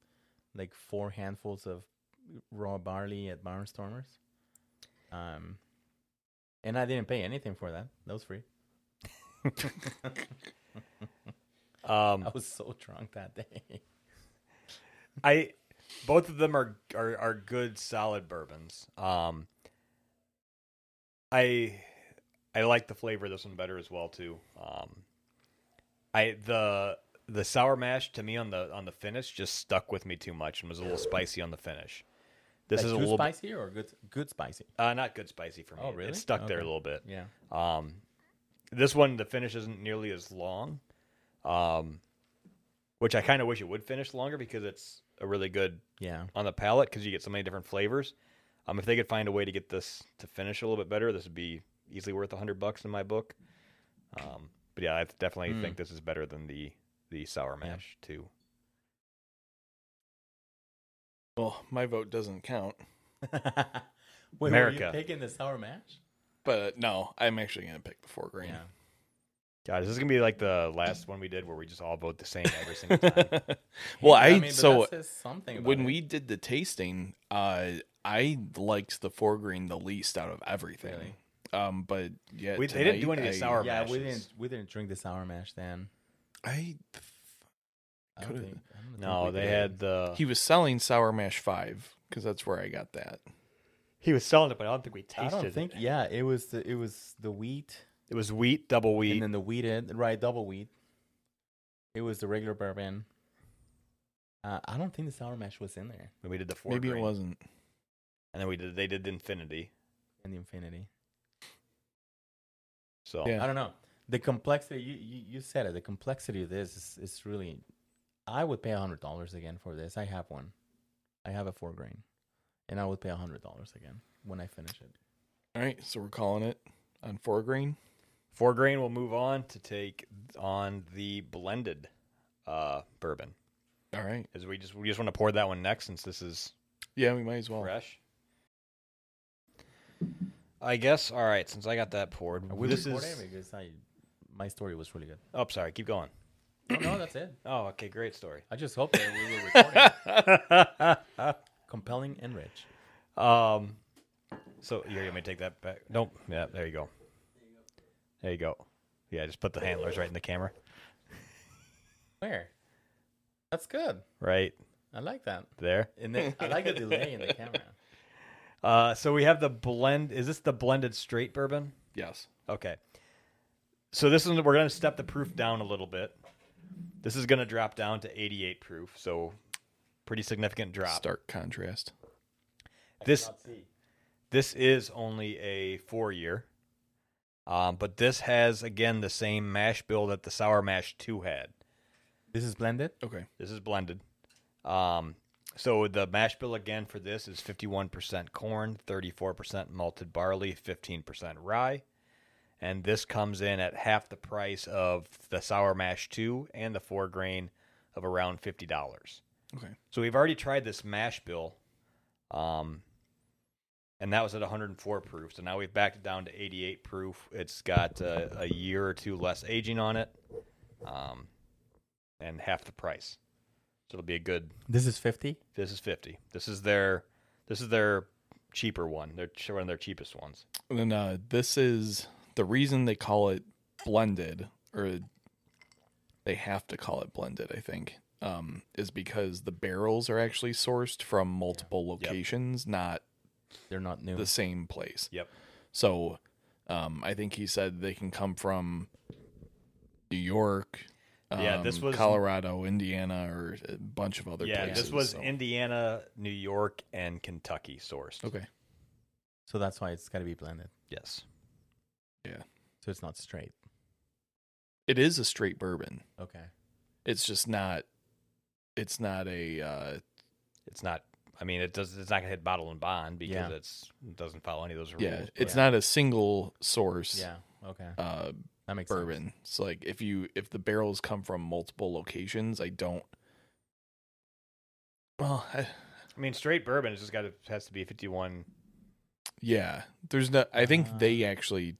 S2: like four handfuls of raw barley at Barnstormers. Um, and I didn't pay anything for that. That was free.
S1: Um,
S2: I was so drunk that day.
S1: I both of them are are, are good solid bourbons. Um, I I like the flavor of this one better as well too. Um, I the the sour mash to me on the on the finish just stuck with me too much and was a little spicy on the finish. This
S2: Like,
S1: is a
S2: too
S1: little
S2: spicy or good? Good spicy.
S1: uh, not good spicy for me.
S2: Oh, really?
S1: It's stuck there a
S2: Okay.
S1: little bit.
S2: Yeah.
S1: Um, this one, the finish isn't nearly as long, um, which I kind of wish it would finish longer because it's a really good
S2: Yeah.
S1: on the palate because you get so many different flavors. Um, if they could find a way to get this to finish a little bit better, this would be easily worth a hundred bucks in my book. Um, but yeah, I definitely
S2: Mm.
S1: think this is better than the the sour
S2: Yeah.
S1: mash too.
S3: Well, my vote doesn't count,
S2: Wait, Were
S1: America.
S2: you picking the sour mash?
S3: but no, I'm actually gonna pick the four grain.
S1: God, this is gonna be like the last one we did where we just all vote the same every *laughs* single time.
S3: *laughs*
S2: Yeah,
S3: well, I,
S2: mean, but
S3: so
S2: that says something about
S3: when
S2: it.
S3: we did the tasting, uh, I liked the four grain the least out of everything.
S2: Really?
S3: Um, but yeah,
S1: We- they didn't do
S3: tonight
S1: any of the
S3: I-
S1: sour
S2: yeah, we
S1: mashes.
S2: didn't we didn't drink the sour mash then.
S3: I
S2: I don't
S3: Coulda-
S2: think, I don't think
S1: no,
S2: we
S1: they
S2: did.
S1: had the
S3: he was selling sour mash five because that's where I got that.
S1: he was selling it, but I don't think we tasted
S2: I don't think.
S1: it.
S2: Yeah, it was the it was the wheat
S1: It was wheat, double wheat.
S2: and then the wheated right double wheat. It was the regular bourbon. Uh, I don't think the sour mash was in there
S1: Then we did the four.
S3: Maybe
S1: grain.
S3: it wasn't.
S1: And then we did. They did the infinity.
S2: in the infinity.
S1: So
S3: Yeah.
S2: I don't know. The complexity you, you, you said it. The complexity of this is, is really. I would pay a hundred dollars again for this. I have one. I have a four grain, and I would pay a hundred dollars again when I finish it.
S3: All right, so we're calling it on four grain.
S1: four grain will move on to take on the blended uh, bourbon.
S3: All right,
S1: Is we just we just want to pour that one next since this is
S3: yeah, we might as well.
S1: fresh. I guess. All right. Since I got that poured,
S2: Are we
S1: this
S2: recording?
S1: is.
S2: Because I, my story was really good.
S1: Oh, sorry. Keep going.
S2: Oh, no, that's it.
S1: Oh, okay. Great story.
S2: I just hope that we were recording. *laughs* Compelling and rich.
S1: Um, so you're gonna take that back? Nope. Yeah, there you go. There you go. Yeah, just put the handlers right in the camera.
S2: Where? That's good.
S1: Right
S2: I like that.
S1: there.
S2: *laughs* And then I like the delay in the camera.
S1: Uh, so we have the blend. Is this the blended straight bourbon?
S3: Yes.
S1: Okay. So this one we're going to step the proof down a little bit. This is going to drop down to 88 proof, so pretty significant drop.
S3: Stark contrast.
S1: This this is only a 4 year. Um, but this has again the same mash bill that the sour mash 2 had.
S2: This is blended.
S3: Okay.
S1: This is blended. Um, so the mash bill again for this is 51% corn, 34% malted barley, 15% rye. And this comes in at half the price of the sour mash 2 and the 4 grain of around $50.
S3: Okay.
S1: So we've already tried this mash bill. Um and that was at 104 proof. So now we've backed it down to 88 proof. It's got uh, a year or two less aging on it. Um and half the price. So it'll be a good
S2: This is fifty.
S1: this is 50. This is their this is their cheaper one. They're ch- one of their cheapest ones.
S3: And then uh, this is the reason they call it blended, or they have to call it blended, I think, um, is because the barrels are actually sourced from multiple locations, not
S2: They're not new.
S3: the same place.
S1: Yep.
S3: So um, I think he said they can come from New York, um,
S1: Yeah, this was-
S3: Colorado, Indiana, or a bunch of other
S1: yeah,
S3: places.
S1: this was
S3: so-
S1: Indiana, New York, and Kentucky sourced.
S3: okay.
S2: so that's why it's got to be blended.
S1: Yes.
S2: So it's not straight.
S3: It is a straight bourbon.
S2: Okay.
S3: It's just not. It's not a. Uh,
S1: It's not I mean it does it's not gonna hit bottle and bond because
S2: Yeah.
S1: it's it doesn't follow any of those rules.
S3: yeah, it's
S1: but-
S3: not a single source.
S2: Yeah. Okay.
S3: Uh,
S2: That makes sense.
S3: bourbon. So like if you if the barrels come from multiple locations, I don't. Well, I,
S1: I mean straight bourbon it's just gotta has to be fifty one
S3: yeah, there's no. I think
S2: Ah.
S3: they actually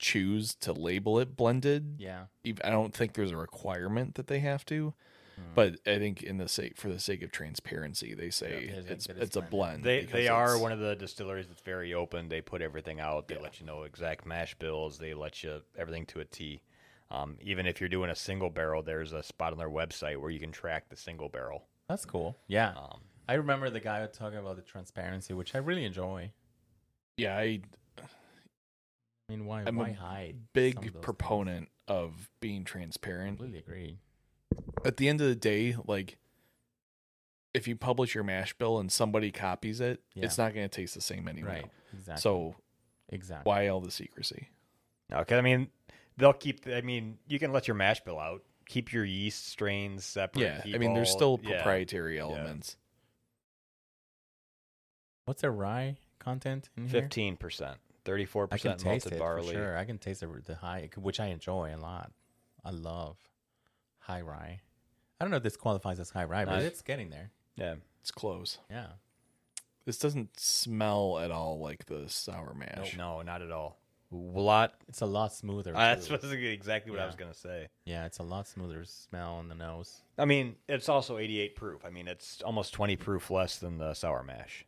S3: choose to label it blended.
S2: Yeah.
S3: Ev- I don't think there's a requirement that they have to,
S2: Hmm.
S3: but I think in the sake for the sake of transparency, they say
S2: Yeah, they think
S3: it's
S2: that
S3: it's,
S2: it's
S3: a
S2: blended.
S3: blend.
S1: They
S3: because
S1: they are
S3: it's-
S1: one of the distilleries that's very open. They put everything out. They let you know exact mash bills. They let you everything to a T. Um, even if you're doing a single barrel, there's a spot on their website where you can track the single barrel.
S2: That's cool. Yeah.
S3: Ah.
S1: Um,
S2: I remember the guy talking about the transparency, which I really enjoy.
S3: yeah. I
S2: I mean, why
S3: I'm a
S2: why hide? some of
S3: big
S2: those
S3: proponent of being transparent.
S2: Completely agree.
S3: at the end of the day, like if you publish your mash bill and somebody copies it,
S2: Yeah.
S3: it's not going to taste the same anymore.
S2: Right. Exactly.
S3: So
S2: exactly.
S3: why all the secrecy?
S1: okay, I mean they'll keep. I mean you can let your mash bill out. Keep your yeast strains separate.
S3: Yeah, I
S1: keep
S3: mean, there's
S1: all-
S3: still
S1: yeah.
S3: proprietary elements.
S2: What's the rye content in here?
S1: Fifteen percent, thirty-four
S2: I Mm-hmm. can
S1: percent
S2: taste
S1: malted
S2: it
S1: barley.
S2: for sure. I can taste the, the high, which I enjoy a lot. I love high rye. I don't know if this qualifies as high rye, but
S1: Nice.
S2: it's getting there.
S1: Yeah,
S3: It's close.
S2: Yeah.
S3: This doesn't smell at all like the sour mash.
S1: no, not at all. A lot.
S2: It's a lot smoother.
S1: Ah, That's
S2: too.
S1: exactly what I
S2: Yeah.
S1: was gonna say.
S2: Yeah, it's a lot smoother smell on the nose.
S1: I mean, it's also 88 proof. I mean, it's almost 20 proof less than the sour mash.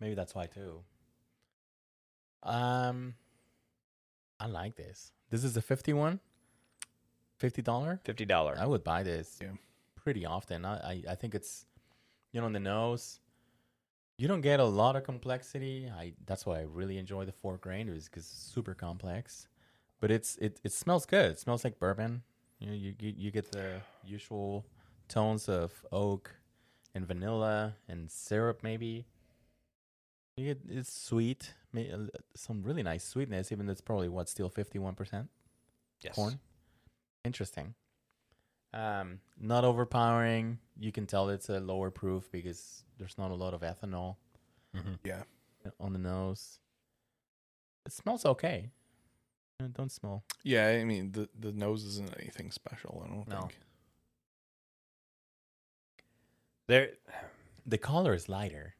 S2: Maybe that's why too. Um, I like this. This is a fifty one. Fifty dollar.
S1: Fifty dollar.
S2: I would buy this
S3: Yeah.
S2: pretty often. I, I I think it's you know on the nose. You don't get a lot of complexity. I that's why I really enjoy the four grain is because it's super complex, but it's it it smells good. It smells like bourbon. You know, you you, you get the usual tones of oak and vanilla and syrup maybe. You get it's sweet, may- a l- some really nice sweetness. Even though it's probably what still fifty one percent
S1: Yes.
S2: corn. Interesting. Um, not overpowering. You can tell it's a lower proof because there's not a lot of ethanol
S1: Mm-hmm.
S3: Yeah.
S2: on the nose. It smells okay. No, Don't smell.
S3: Yeah, I mean, the, the nose isn't anything special, I don't
S1: No.
S3: think.
S1: There.
S2: The color is lighter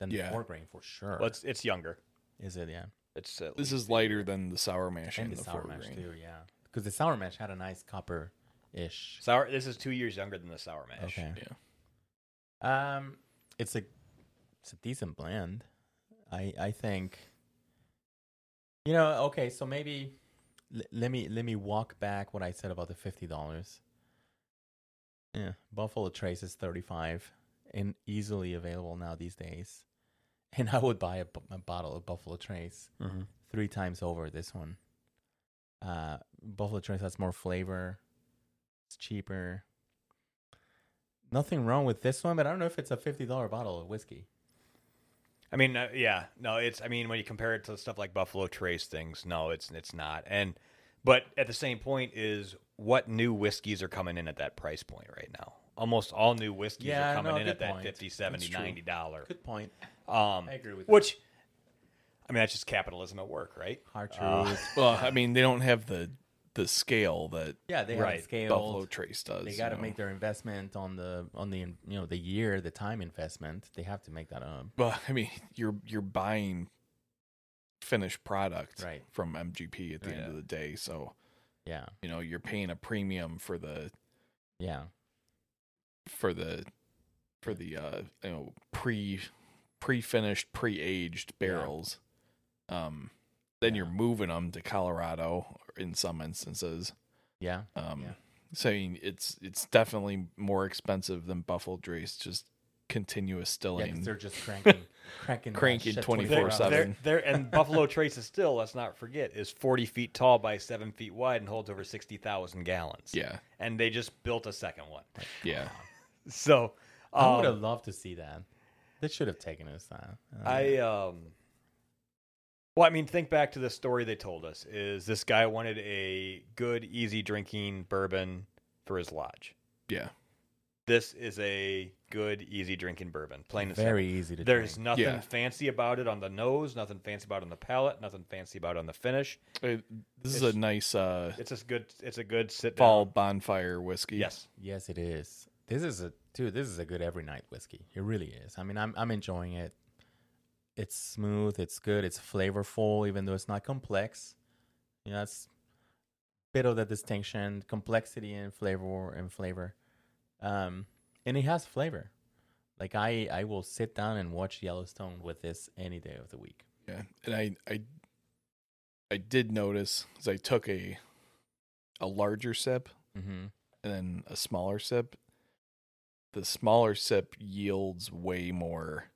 S2: than
S3: Yeah.
S2: the foregrain for sure.
S1: Well, it's, it's younger.
S2: is it? Yeah,
S1: It's uh, at
S3: This
S1: least-
S3: is lighter than the sour mash and,
S2: and the,
S3: the,
S2: sour
S3: four
S2: mash
S3: grain.
S2: too. Yeah, because the sour mash had a nice copper ish.
S1: sour. This is two years younger than the sour mash.
S2: Okay.
S3: Yeah.
S2: Um, it's a it's a decent blend. I I think. You know, okay, so maybe l- let me let me walk back what I said about the fifty dollars. Yeah, Buffalo Trace is thirty five, and easily available now these days. And I would buy a, bu- a bottle of Buffalo Trace
S1: Mm-hmm.
S2: three times over this one. Uh, Buffalo Trace has more flavor. It's cheaper. Nothing wrong with this one, but I don't know if it's a fifty dollar bottle of whiskey.
S1: I mean, uh, yeah, no, it's. I mean, when you compare it to stuff like Buffalo Trace things, no, it's it's not. And but at the same point is what new whiskeys are coming in at that price point right now. Almost all new whiskeys
S2: Yeah,
S1: are coming
S2: no,
S1: in
S2: good
S1: at that
S2: point.
S1: fifty, seventy,
S2: That's true.
S1: ninety dollar.
S2: Good point.
S1: Um,
S2: I agree with that.
S1: which, I mean, that's just capitalism at work, right?
S2: Hard
S1: Uh,
S2: truth.
S3: Well, I mean, they don't have the the scale that
S2: yeah, they
S1: right.
S2: have scaled.
S3: Buffalo Trace does.
S2: they got to
S3: you know.
S2: make their investment on the on the you know the year, the time investment. They have to make that up.
S3: Well, I mean, you're you're buying finished product
S2: Right.
S3: from MGP at the end
S1: Yeah.
S3: of the day, so
S2: Yeah,
S3: you know you're paying a premium for the
S2: yeah,
S3: for the for the uh you know pre pre finished pre aged barrels. Um, then
S2: Yeah.
S3: you're moving them to Colorado in some instances.
S2: yeah.
S3: Um,
S2: Yeah.
S3: so I mean, it's it's definitely more expensive than Buffalo Trace. Just continuous
S2: Yeah,
S3: stilling.
S2: 'cause they're just cranking, cranking, that
S3: Cranking
S2: shit
S3: 24/7.
S2: 24 hours.
S3: They're-
S1: *laughs* There, there, and Buffalo Trace is still. Let's not forget, is forty feet tall by seven feet wide and holds over sixty thousand gallons.
S3: yeah,
S1: and they just built a second one.
S3: yeah.
S1: So
S2: I would
S1: um,
S2: have loved to see that. They should have taken us that.
S1: I um well, I mean, think back to the story they told us is this guy wanted a good, easy drinking bourbon for his lodge.
S3: Yeah.
S1: This is a good, easy drinking bourbon. Plain and
S2: very easy to
S1: simple. There's
S2: drink.
S1: nothing
S3: Yeah.
S1: fancy about it on the nose, nothing fancy about it on the palate, nothing fancy about it on the finish.
S3: Uh, this is
S1: It's-
S3: a nice uh,
S1: It's a good it's a good sit
S3: fall
S1: down.
S3: bonfire whiskey.
S1: Yes.
S2: Yes, it is. This is a dude. This is a good every night whiskey. It really is. I mean, I'm I'm enjoying it. It's smooth. It's good. It's flavorful, even though it's not complex. You know, that's a bit of the distinction: complexity and flavor and flavor. Um, and it has flavor. Like I I will sit down and watch Yellowstone with this any day of the week.
S3: Yeah, and I I I did notice because I took a a larger sip
S2: Mm-hmm.
S3: and then a smaller sip. The smaller sip yields way more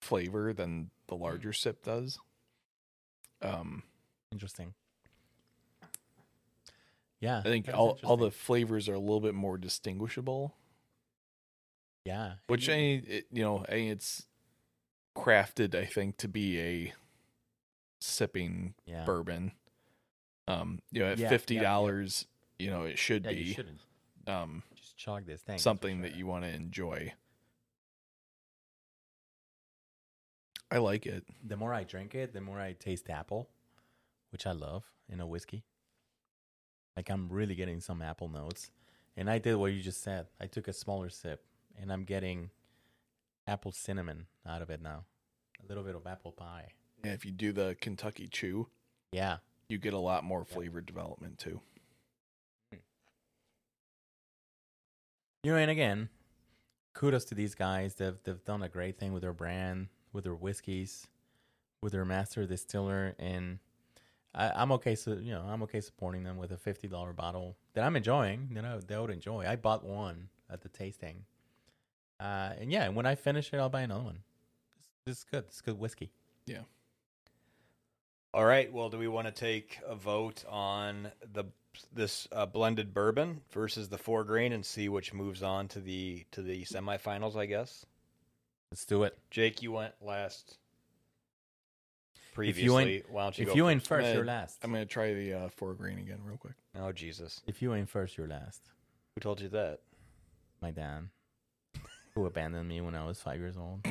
S3: flavor than
S1: Hmm.
S3: the larger sip does. Um,
S2: Interesting. Yeah,
S1: *laughs*
S3: I think
S2: that is
S3: all all the
S2: interesting.
S3: flavors are a little bit more distinguishable.
S2: yeah,
S3: Which I, it, you know, I, it's crafted, I think, to be a sipping
S2: yeah.
S3: bourbon. Um, you know, at
S2: Yeah, yeah, yeah.
S3: fifty dollars, you know, it should
S2: yeah,
S3: be
S2: you shouldn't
S3: um
S2: just chug this thing. that's for
S3: something that
S2: sure.
S3: you want to enjoy. I like it.
S2: The more I drink it, the more I taste apple, which I love in a whiskey. Like I'm really getting some apple notes, and I did what you just said. I took a smaller sip, and I'm getting apple cinnamon out of it now. A little bit of apple pie.
S3: Yeah, if you do the Kentucky Chew,
S2: Yeah,
S3: you get a lot more flavor development too.
S2: you know, and again, kudos to these guys. They've they've done a great thing with their brand, with their whiskeys, with their master distiller, and I, I'm okay. So you know, I'm okay supporting them with a fifty dollar bottle that I'm enjoying. That I that I would enjoy. I bought one at the tasting, uh, and yeah, when I finish it, I'll buy another one. This, this is good. This is good whiskey.
S1: All right. Well, do we want to take a vote on the this uh, blended bourbon versus the four grain and see which moves on to the to the semifinals? I guess.
S2: Let's do it.
S1: Jake, you went last.
S2: If
S1: Previously,
S2: you went-
S1: why don't you
S2: if
S1: go?
S2: you
S1: first?
S2: ain't first,
S3: Uh,
S2: you're last.
S3: I'm gonna try the uh, four grain again real quick.
S1: Oh Jesus!
S2: if you ain't first, you're last.
S1: Who told you that?
S2: my dad, who abandoned me when I was five years old.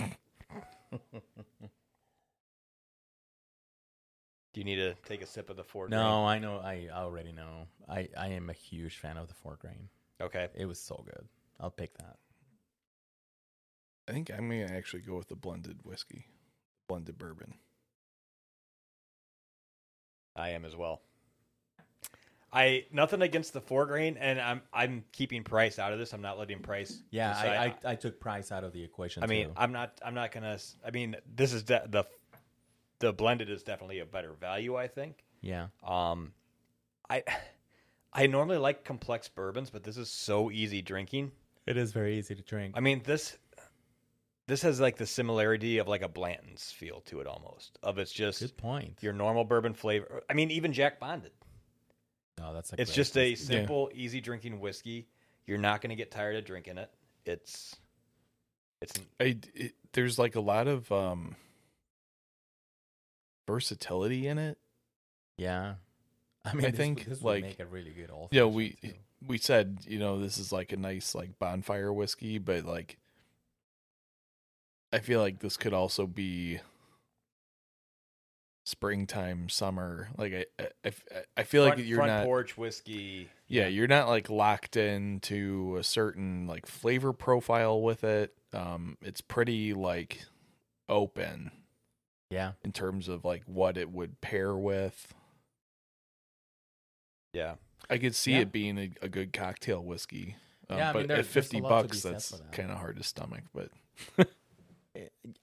S1: Do you need to take a sip of the four?
S2: no, I know. I already know. I, I am a huge fan of the four grain.
S1: Grain? Okay.
S2: It was so good. I'll pick that.
S3: I think I'm gonna actually go with the blended whiskey, blended bourbon.
S1: I am as well. I nothing against the four grain, and I'm I'm keeping price out of this. I'm not letting price.
S2: Yeah,
S1: decide.
S2: I, I, I took price out of the equation.
S1: I mean,
S2: too.
S1: I'm not. I'm not gonna. s- I mean, this is de- the the blended is definitely a better value. I think.
S2: yeah,
S1: Um, I I normally like complex bourbons, but this is so easy drinking.
S2: it is very easy to drink.
S1: I mean, this this has like the similarity of like a Blanton's feel to it almost. Of it's just
S2: Good point.
S1: your normal bourbon flavor. I mean, even Jack Bonded.
S2: no, that's like
S1: It's
S2: the-
S1: just a simple, easy drinking whiskey. You're not going to get tired of drinking it. It's it's
S3: I it, there's like a lot of um versatility in it.
S2: yeah. I mean,
S3: I
S2: this
S3: think,
S2: would- this would
S3: like-
S2: make a really good old.
S3: Yeah,
S2: fashioned,
S3: we
S2: too.
S3: we said you know this is like a nice like bonfire whiskey, but like I feel like this could also be springtime, summer. Like I I- I, f- I feel
S1: front,
S3: like you're
S1: front
S3: not
S1: porch whiskey.
S3: yeah you're not like locked into a certain like flavor profile with it. Um, it's pretty like open
S2: yeah.
S3: in terms of like what it would pair with.
S1: Yeah,
S3: I could see
S2: Yeah.
S3: it being a, a good cocktail whiskey. Um,
S2: Yeah, I
S3: but
S2: mean, there-
S3: at
S2: there's a
S3: 50
S2: lot to be
S3: bucks,
S2: said
S3: that's
S2: for that.
S3: kind of hard to stomach. But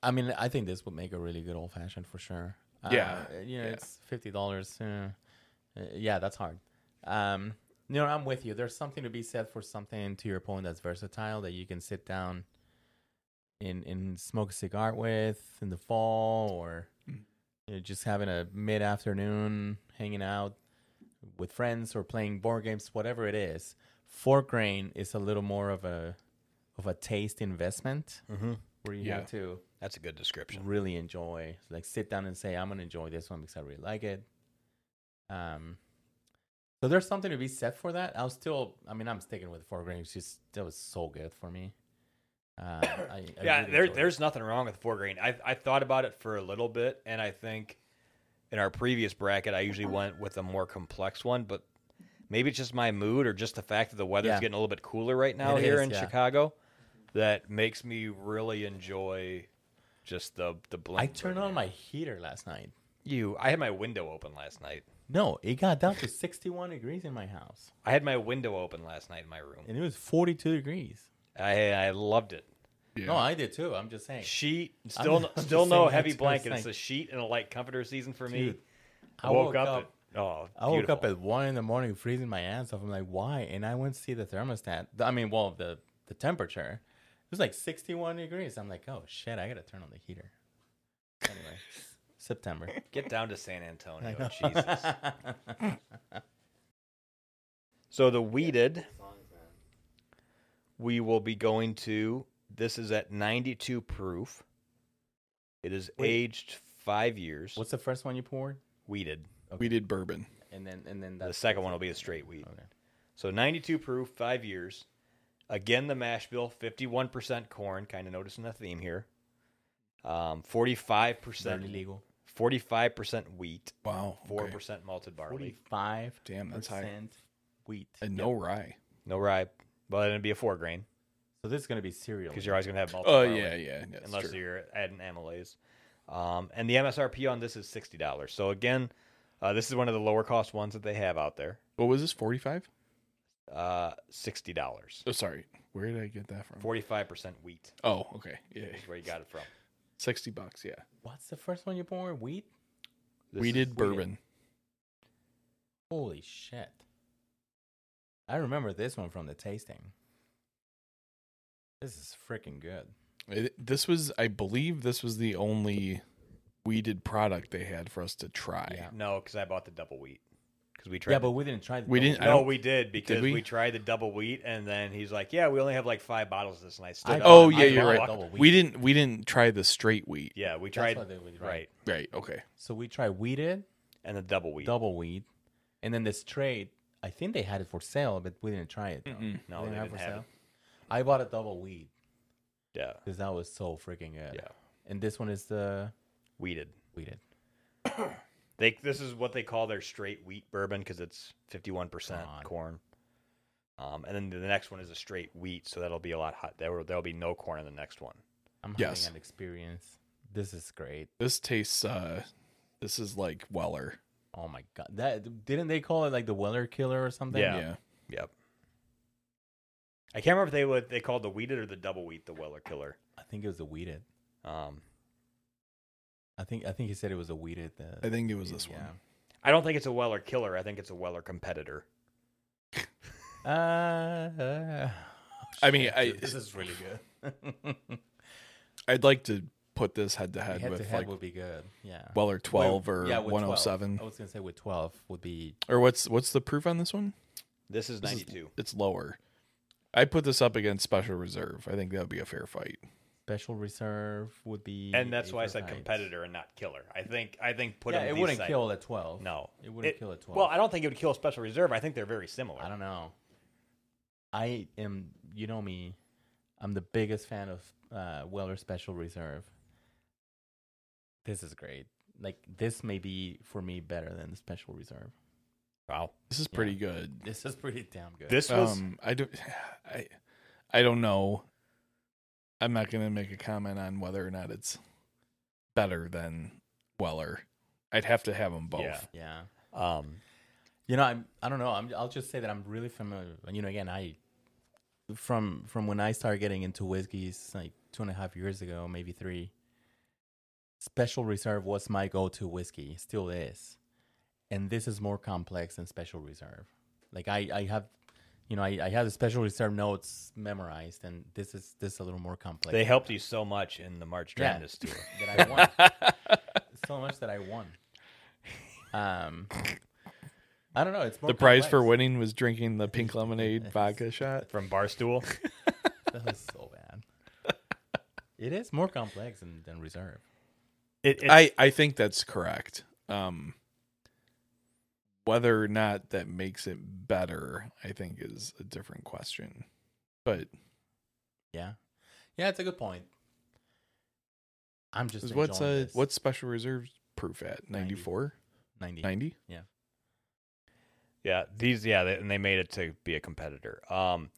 S2: I mean, I think this would make a really good old fashioned for sure. Uh,
S3: Yeah,
S2: you know,
S3: yeah.
S2: it's fifty dollars. Uh, uh, yeah, that's hard. Um, no, I'm with you. There's something to be said for something to your point that's versatile that you can sit down and and smoke a cigar with in the fall, or
S3: Mm.
S2: you know, just having a mid afternoon hanging out with friends or playing board games, whatever it is. Four grain is a little more of a of a taste investment
S1: mm-hmm.
S2: where you
S3: Yeah.
S2: have to
S1: that's a good description.
S2: really enjoy like sit down and say i'm gonna enjoy this one because i really like it um so there's something to be said for that i'll still i mean i'm sticking with four grains just that was so good for me
S1: *coughs*
S2: uh I, I
S1: yeah,
S2: really
S1: there,
S2: enjoyed it.
S1: there's nothing wrong with four grain. I I thought about it for a little bit, and I think in our previous bracket, I usually went with a more complex one, but maybe it's just my mood or just the fact that the weather's
S2: Yeah.
S1: getting a little bit cooler right now
S2: It
S1: here
S2: is,
S1: in
S2: yeah.
S1: Chicago. That makes me really enjoy just the the blend.
S2: i turned on my heater last night
S1: you. I had my window open last night.
S2: no it got down to 61 degrees in my house
S1: I had my window open last night in my room.
S2: and it was 42 degrees
S1: I I loved it.
S3: yeah.
S2: no i did too i'm just saying
S1: Sheet, still
S2: *laughs* I'm just
S1: still no
S2: saying
S1: heavy
S2: that's what I was
S1: blankets. It's
S2: saying.
S1: a sheet and a light comforter season for me.
S2: Dude, i
S1: I woke, up. at, oh,
S2: I woke up
S1: beautiful.
S2: at one in the morning, freezing my ass off. I'm like, why? And I went to see the thermostat. the- I mean, well, the the temperature. It was like 61 degrees. I'm like, oh shit, I gotta turn on the heater. *laughs* Anyway, September.
S1: Get down to San Antonio,
S2: *laughs*
S1: Jesus.
S2: Jesus.
S1: *laughs* So the weeded, we will be going to. This is at 92 proof. It is
S2: Wait.
S1: aged five years.
S2: *laughs* What's the first one you poured?
S1: weeded?
S3: we did bourbon.
S2: And then and then
S1: The
S2: that's
S1: second one will be a straight weed.
S2: Okay.
S1: So 92 proof, five years. Again, the mash bill, 51% corn. Kind of noticing a theme here. Um, 45%
S2: Barely legal.
S1: 45% wheat,
S3: Wow.
S1: 4% malted barley.
S2: 45
S3: Damn, that's high.
S2: percent wheat.
S3: And no rye.
S1: No rye, but it'd be a four grain
S2: So this is gonna be cereal.
S1: because you're always going to have malted
S3: Oh,
S1: barley.
S3: yeah, yeah. That's
S1: unless
S3: true.
S1: you're adding amylase. Um, and the MSRP on this is sixty dollars. So again, uh, this is one of the lower cost ones that they have out there.
S3: What was this, 45?
S1: Uh, sixty dollars,
S3: Oh, sorry. Where did I get that from?
S1: forty five percent wheat
S3: Oh, okay. Yeah.
S1: is where you got it from.
S3: 60 bucks, yeah.
S2: What's the first one you poured? Wheat?
S1: This
S3: we
S1: is-
S3: did bourbon.
S2: Holy shit. I remember this one from the tasting. This is freaking good.
S3: It- this was, I believe, this was the only weeded product they had for us to try.
S2: Yeah.
S1: No, because I bought the double wheat because we tried.
S2: yeah, but we didn't try the
S3: We
S2: double
S3: didn't-
S2: wheat.
S3: I
S1: no,
S3: don't-
S1: we did because we?
S3: we?
S1: tried the double wheat, and then he's like, "Yeah, we only have like five bottles of this." And I stood.
S2: I
S1: up
S3: Oh,
S1: and
S3: yeah,
S1: I
S3: you're
S2: bought
S3: right.
S1: walked-
S2: double
S3: We didn't, we didn't try the straight wheat.
S1: Yeah, we
S2: That's
S1: tried
S2: what they would write.
S1: right
S3: Right. Okay.
S2: So we tried weeded,
S1: and the double wheat.
S2: double wheat, and then the straight. I think they had it for sale, but we didn't try it. though.
S3: Mm-mm.
S1: No, they didn't have it.
S2: I bought a double wheat
S1: Yeah,
S2: because that was so freaking good.
S1: Yeah.
S2: And this one is the
S1: weeded.
S2: weeded.
S1: They this is what they call their straight wheat bourbon because it's fifty one percent
S2: God.
S1: corn. Um, and then the next one is a straight wheat, so that'll be a lot hot. There will there'll be no corn in the next one.
S2: I'm
S3: Yes.
S2: having an experience. This is great.
S3: This tastes, uh, this is like Weller.
S2: Oh my god. That didn't they call it like the Weller killer or something?
S1: Yeah. Yep. I can't remember if they what they called the weeded or the double wheat the Weller killer.
S2: I think it was the weeded.
S1: Um,
S2: I think I think he said it was a weeded. Uh,
S3: I think it was this one.
S1: I don't think it's a Weller killer. I think it's a Weller competitor.
S2: Uh, uh,
S3: I mean,
S2: shit, *laughs*
S3: I-
S2: dude, this is really good.
S3: I'd like to put this head to head
S2: head
S3: with
S2: to head
S3: like
S2: would be good. Yeah.
S3: Weller twelve
S2: Well,
S3: or
S2: yeah, with
S3: one
S2: 12.
S3: oh seven.
S2: I was gonna say with twelve would be
S3: Or what's what's the proof on this one?
S1: This is
S3: This is-
S1: 92.
S2: E
S3: It's lower. I put this up against special reserve. I think that would be a fair fight.
S2: special reserve would be.
S1: and that's why I said
S2: Aphrodite.
S1: competitor and not killer. I think I think put
S2: yeah,
S1: them
S2: it
S1: these
S2: wouldn't
S1: side-
S2: kill at twelve.
S1: No,
S2: it wouldn't kill at twelve.
S1: Well, I don't think it would kill special reserve. I think they're very similar.
S2: I don't know. I am, you know me, I'm the biggest fan of uh, Weller Special Reserve. This is great. Like this may be for me better than the Special Reserve.
S1: Wow,
S3: This is
S2: Yeah.
S3: pretty good.
S2: This is pretty damn good.
S1: this was
S3: Um, I do, *sighs* I, I don't know. I'm not gonna make a comment on whether or not it's better than Weller. I'd have to have them both.
S1: Yeah.
S2: yeah.
S1: um,
S2: You know, I'm, I don't know. I'm, I'll just say that I'm really familiar. And you know, again, I from from when I started getting into whiskeys like two and a half years ago, maybe three. Special Reserve was my go-to whiskey, still is, and this is more complex than Special Reserve. Like I, I have, you know, I, I have the Special Reserve notes memorized, and this is this is a little more complex. *laughs*
S1: they helped you so much in the March
S2: Yeah.
S1: Madness
S2: *laughs*
S1: tour.
S2: that I won.
S3: *laughs*
S2: so much that I won. Um, I don't know. It's more
S3: The prize for
S2: complex.
S3: winning was
S2: *laughs*
S3: drinking the pink lemonade vodka shot.
S1: From Barstool,
S2: That was so bad. It is more complex than, than reserve.
S1: it, it's,
S3: I, I think that's correct. Um, whether or not that makes it better, I think is a different question. But
S2: Yeah. Yeah, it's a good point. I'm just
S3: what's
S2: enjoying
S3: a
S2: this.
S3: what's special reserves proof at 94
S2: 90.
S3: 90
S1: yeah, these, yeah, they, and they made it to be a competitor. Um,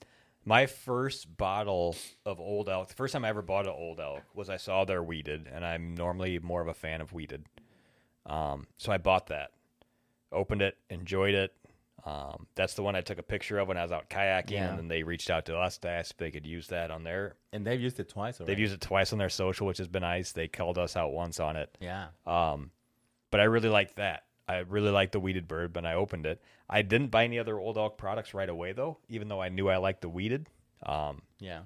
S1: my first bottle of Old Elk, the first time I ever bought an Old Elk was I saw their weeded, and I'm normally more of a fan of weeded. Um, so I bought that, opened it, enjoyed it. Um, that's the one I took a picture of when I was out kayaking,
S2: Yeah.
S1: and then they reached out to us to ask if they could use that on their
S2: And they've used it twice already.
S1: They've used it twice on their social, which has been nice. They called us out once on it.
S2: Yeah.
S1: Um, but I really liked that. I really liked the weeded bird when I opened it. I didn't buy any other Old Elk products right away though, even though I knew I liked the weeded. Um,
S2: Yeah.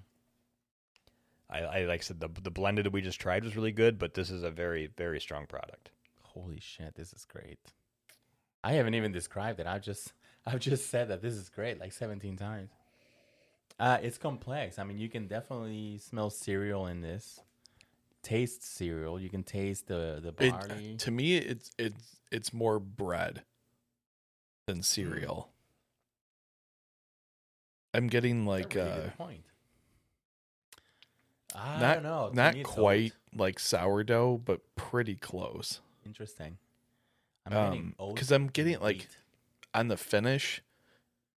S1: I, I like I said the the blended we just tried was really good, but this is a very very strong product.
S2: Holy shit, this is great. I haven't even described it. I've just *laughs* I've just said that this is great like 17 times. Uh, it's complex. I mean, you can definitely smell cereal in this. Taste cereal. You can taste the the
S3: It-
S2: barley.
S3: to me it's it's it's more bread
S2: Hmm.
S3: than cereal i'm getting like
S2: That's a really
S3: uh
S2: good point. I
S3: not
S2: don't know. To
S3: not
S2: me, it's
S3: quite
S2: oat.
S3: like sourdough but pretty close
S2: Interesting. I'm getting
S3: Um,
S2: oat
S3: 'cause I'm
S2: and
S3: getting, like,
S2: wheat.
S3: on the finish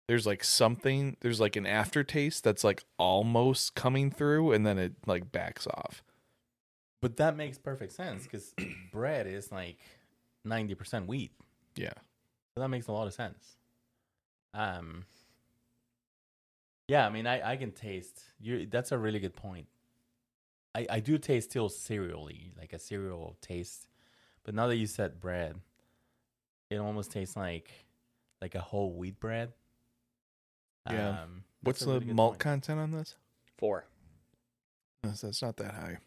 S3: there's like something there's like an aftertaste that's like almost coming through and then it like backs off
S2: But that makes perfect sense because *clears throat* bread is like ninety percent wheat.
S3: yeah
S2: So that makes a lot of sense. Um. Yeah, I mean, I, I can taste you. That's a really good point. I, I do taste still cereally, like a cereal taste, but now that you said bread, it almost tastes like like a whole wheat bread.
S3: Yeah.
S2: Um, that's
S3: what's
S2: a
S3: the
S2: really good
S3: malt
S2: point.
S3: content on this
S1: Four.
S3: that's, that's not that high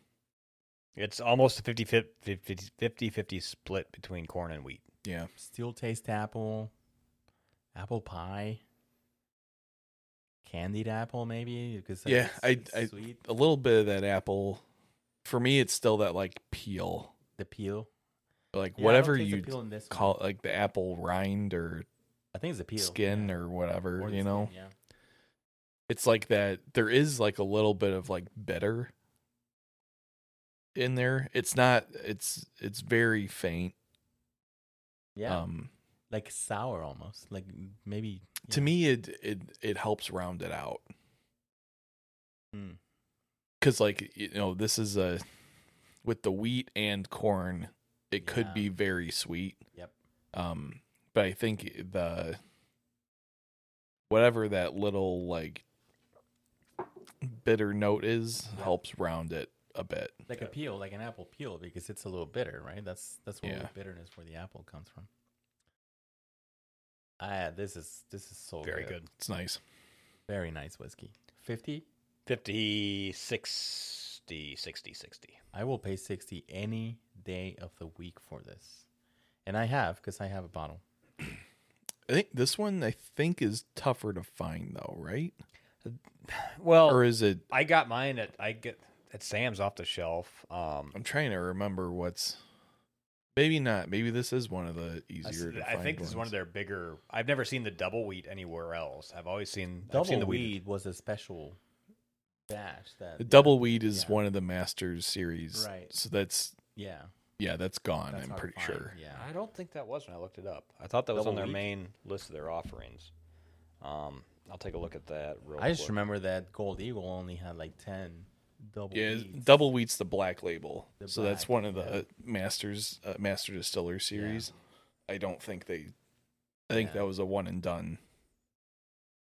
S1: It's almost a 50 50, 50, 50 split between corn and wheat.
S3: yeah
S2: Still taste apple, apple pie, candied apple maybe because
S3: Yeah,
S2: it's-
S3: I-
S2: it's
S3: I-
S2: sweet
S3: a little bit of that apple for me it's still that like peel
S2: the peel Yeah, I
S3: like
S2: don't
S3: whatever
S2: taste the
S3: you
S2: peel in this one.
S3: call it, like the apple rind or
S2: I think it's the peel
S3: skin
S2: yeah.
S3: or whatever
S2: Or the
S3: you know
S2: skin, yeah
S3: it's like that there is like a little bit of like bitter in there it's not it's it's very faint
S2: yeah
S3: um
S2: like sour almost like m- maybe
S3: to
S2: yeah.
S3: me it it it helps round it out
S2: Mm.
S3: because like you know this is a with the wheat and corn it could
S2: Yeah.
S3: be very sweet
S2: Yep.
S3: um but i think the whatever that little like bitter note is helps round it a bit
S2: like a peel like an apple peel because it's a little bitter right that's that's where the
S3: Yeah.
S2: bitterness where the apple comes from ah this is this is so
S1: Very good.
S3: it's nice
S2: very nice whiskey 50
S1: 56 60, 60, 60.
S2: I will pay 60 any day of the week for this. And I have because I have a bottle.
S3: I think this one I think is tougher to find though, right?
S1: Well,
S3: Or is it?
S1: I got mine at I get at Sam's off the shelf. Um,
S3: I'm trying to remember what's. Maybe not. Maybe this is one of the
S1: I, s-
S3: easier. to
S1: I
S3: find
S1: think this is one
S3: ones.
S1: of their bigger. I've never seen the double wheat anywhere else. I've always seen I've
S2: Double
S1: seen the wheat.
S2: weed was a special batch that
S3: The double weed is
S2: yeah.
S3: one of the Masters series,
S2: Right.
S3: So that's
S2: yeah.
S3: yeah, that's gone.
S2: that's
S3: I'm
S2: hard to
S3: pretty
S2: find,
S3: sure.
S2: Yeah.
S1: I don't think that was when I looked it up. I thought that was on their
S2: Double wheat?
S1: main list of their offerings. Um, I'll take a look at that real
S2: I just
S1: quick.
S2: remember that Gold Eagle only had like 10 double
S3: Yeah,
S2: weeds.
S3: double wheat's the black label,
S2: The
S3: so that's
S2: black,
S3: one of the
S2: yeah.
S3: uh, Masters uh, Master Distiller series. I don't think they. I think
S2: Yeah.
S3: that was a one and done.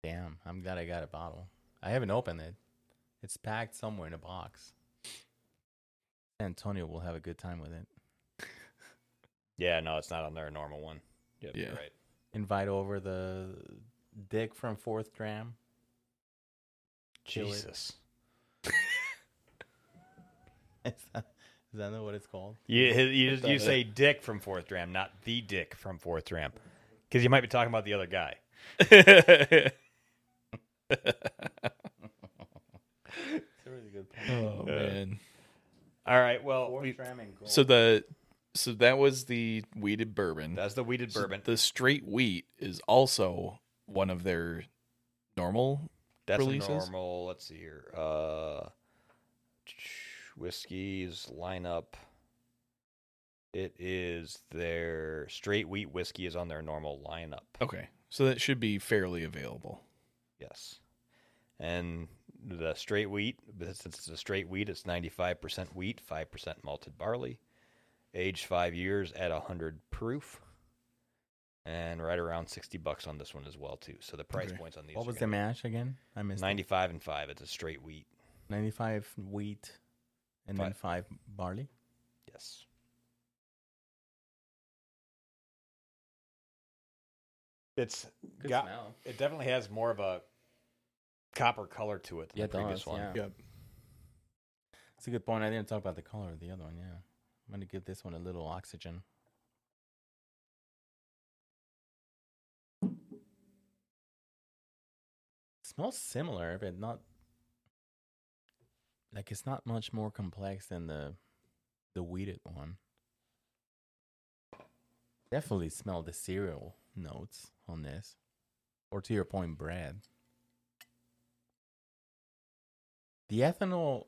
S2: Damn, I'm glad I got a bottle. I haven't opened it. It's packed somewhere in a box. Antonio will have a good time with it.
S1: Yeah, no, it's not on their normal one. Yep,
S3: Yeah.
S1: you're right.
S2: Invite over the Dick from Fourth Dram. Kill it.
S1: Jesus.
S2: *laughs* Is that, is that not what it's called?
S1: You you,
S3: That's
S1: you
S3: not
S1: say Dick from Fourth Ram, not the Dick from Fourth Ram, because you might be talking about the other guy. *laughs*
S2: It's a really good point.
S3: oh man!
S1: All right, well,
S2: Fourth
S1: we-
S2: Dram and Gold.
S3: So the so that was the weeded bourbon.
S1: that's the weeded
S3: So
S1: bourbon.
S3: The straight wheat is also one of their normal.
S1: That's a
S3: releases?
S1: normal. Let's see here. Uh, whiskeys lineup. It is their straight wheat whiskey is on their normal lineup.
S3: Okay, so that should be fairly available.
S1: Yes, and the straight wheat. but Since it's a straight wheat, it's ninety five percent wheat, five percent malted barley, aged five years at hundred proof, and right around sixty bucks on this one as well too. So the price
S3: Okay.
S1: points on these.
S2: what was the mash again? I missed it.
S1: Ninety five and five. It's a straight wheat.
S2: 95 wheat and then five barley.
S1: Yes. It's
S2: Good
S1: got
S2: smell.
S1: it definitely has more of a copper color to it than
S2: Yeah,
S1: the previous
S2: does,
S1: one.
S2: yeah. It's a good point. I didn't talk about the color of the other one. Yeah. I'm going to give this one a little oxygen. smells similar, but not like it's not much more complex than the the weeded one. Definitely smell the cereal notes on this. Or to your point, bread. The ethanol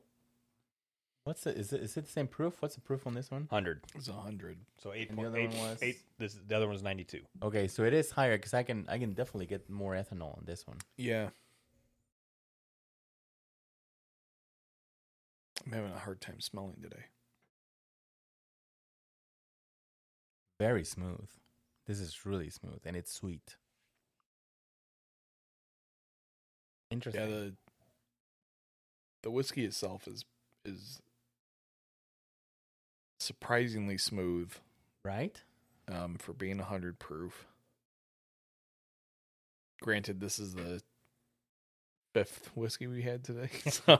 S2: What's the is it is it the same proof? What's the proof on this one?
S1: Hundred.
S3: It's a hundred.
S1: So eight
S2: And the
S1: point
S2: other
S1: eight.
S2: one was-
S1: eight- this, the other one's ninety
S2: *laughs*
S1: two.
S2: Okay, so it is higher because I can I can definitely get more ethanol on this one.
S3: Yeah. I'm having a hard time smelling today.
S2: Very smooth. This is really smooth and it's sweet. Interesting.
S3: Yeah, the the whiskey itself is is surprisingly smooth
S2: right?
S3: um, for being a hundred proof. Granted, this is the fifth whiskey we had today. *laughs* so-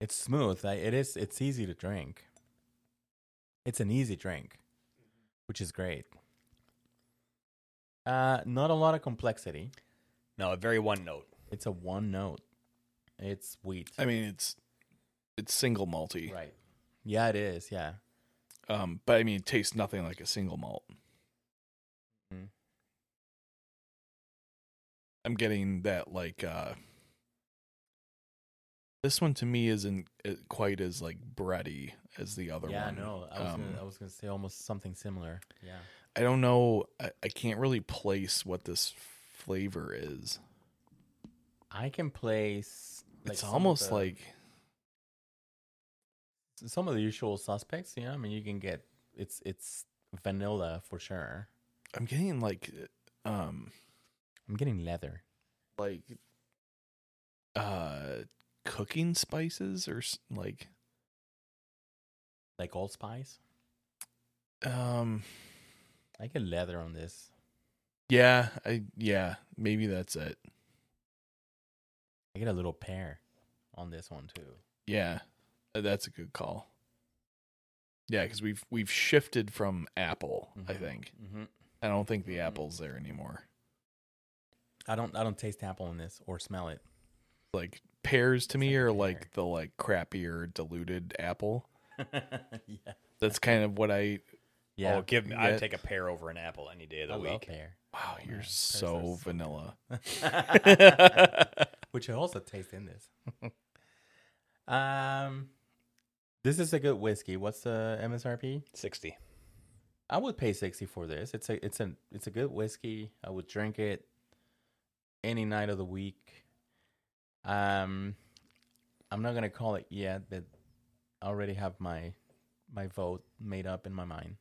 S2: It's smooth. I, it is it's easy to drink. It's an easy drink, which is great. Uh not a lot of complexity.
S1: *laughs* no, a very one note.
S2: It's a one note. It's wheat.
S3: I mean, it's it's single malty,
S2: Right. Yeah, it is. Yeah.
S3: um, but I mean, it tastes nothing like a single malt.
S2: Mhm.
S3: I'm getting that like uh this one to me isn't uh, quite as like bready as the other
S2: yeah,
S3: one.
S2: no, I was,
S3: Um,
S2: gonna, I was gonna say almost something similar. Yeah,
S3: I don't know. I, I can't really place what this flavor is.
S2: I can place. like,
S3: it's
S2: some of
S3: almost
S2: the-
S3: like
S2: some of the usual suspects. Yeah, I mean, you can get it's it's vanilla for sure.
S3: I'm getting like um
S2: I'm getting leather.
S3: like uh cooking spices or s- like
S2: Like allspice,
S3: um
S2: I get leather on this.
S3: yeah, I yeah, maybe that's it.
S2: I get a little pear on this one too.
S3: Yeah, uh, that's a good call. Yeah, because we've we've shifted from Apple. I
S2: Mhm.
S3: think
S2: Mm-hmm.
S3: I don't think the
S2: Mhm.
S3: Apple's there anymore.
S2: I don't I don't taste apple in this or smell it.
S3: Like pears to
S2: It's
S3: me
S2: like a
S3: are like
S2: pear.
S3: the like crappier diluted apple.
S2: yeah.
S3: That's kind of what I.
S1: Oh, give me.
S3: Yeah.
S1: I'd take a pear over an apple any day of the
S2: I love
S1: week.
S2: pear. Oh,
S3: Wow, you're
S2: man, pears are so
S3: so
S2: good.
S3: vanilla.
S1: *laughs*
S2: *laughs* Which I also taste in this. *laughs* um this is a good whiskey. What's the MSRP?
S1: Sixty.
S2: I would pay sixty for this. It's a it's a it's a good whiskey. I would drink it any night of the week. Um, I'm not gonna call it yet, but I already have my my vote made up in my mind.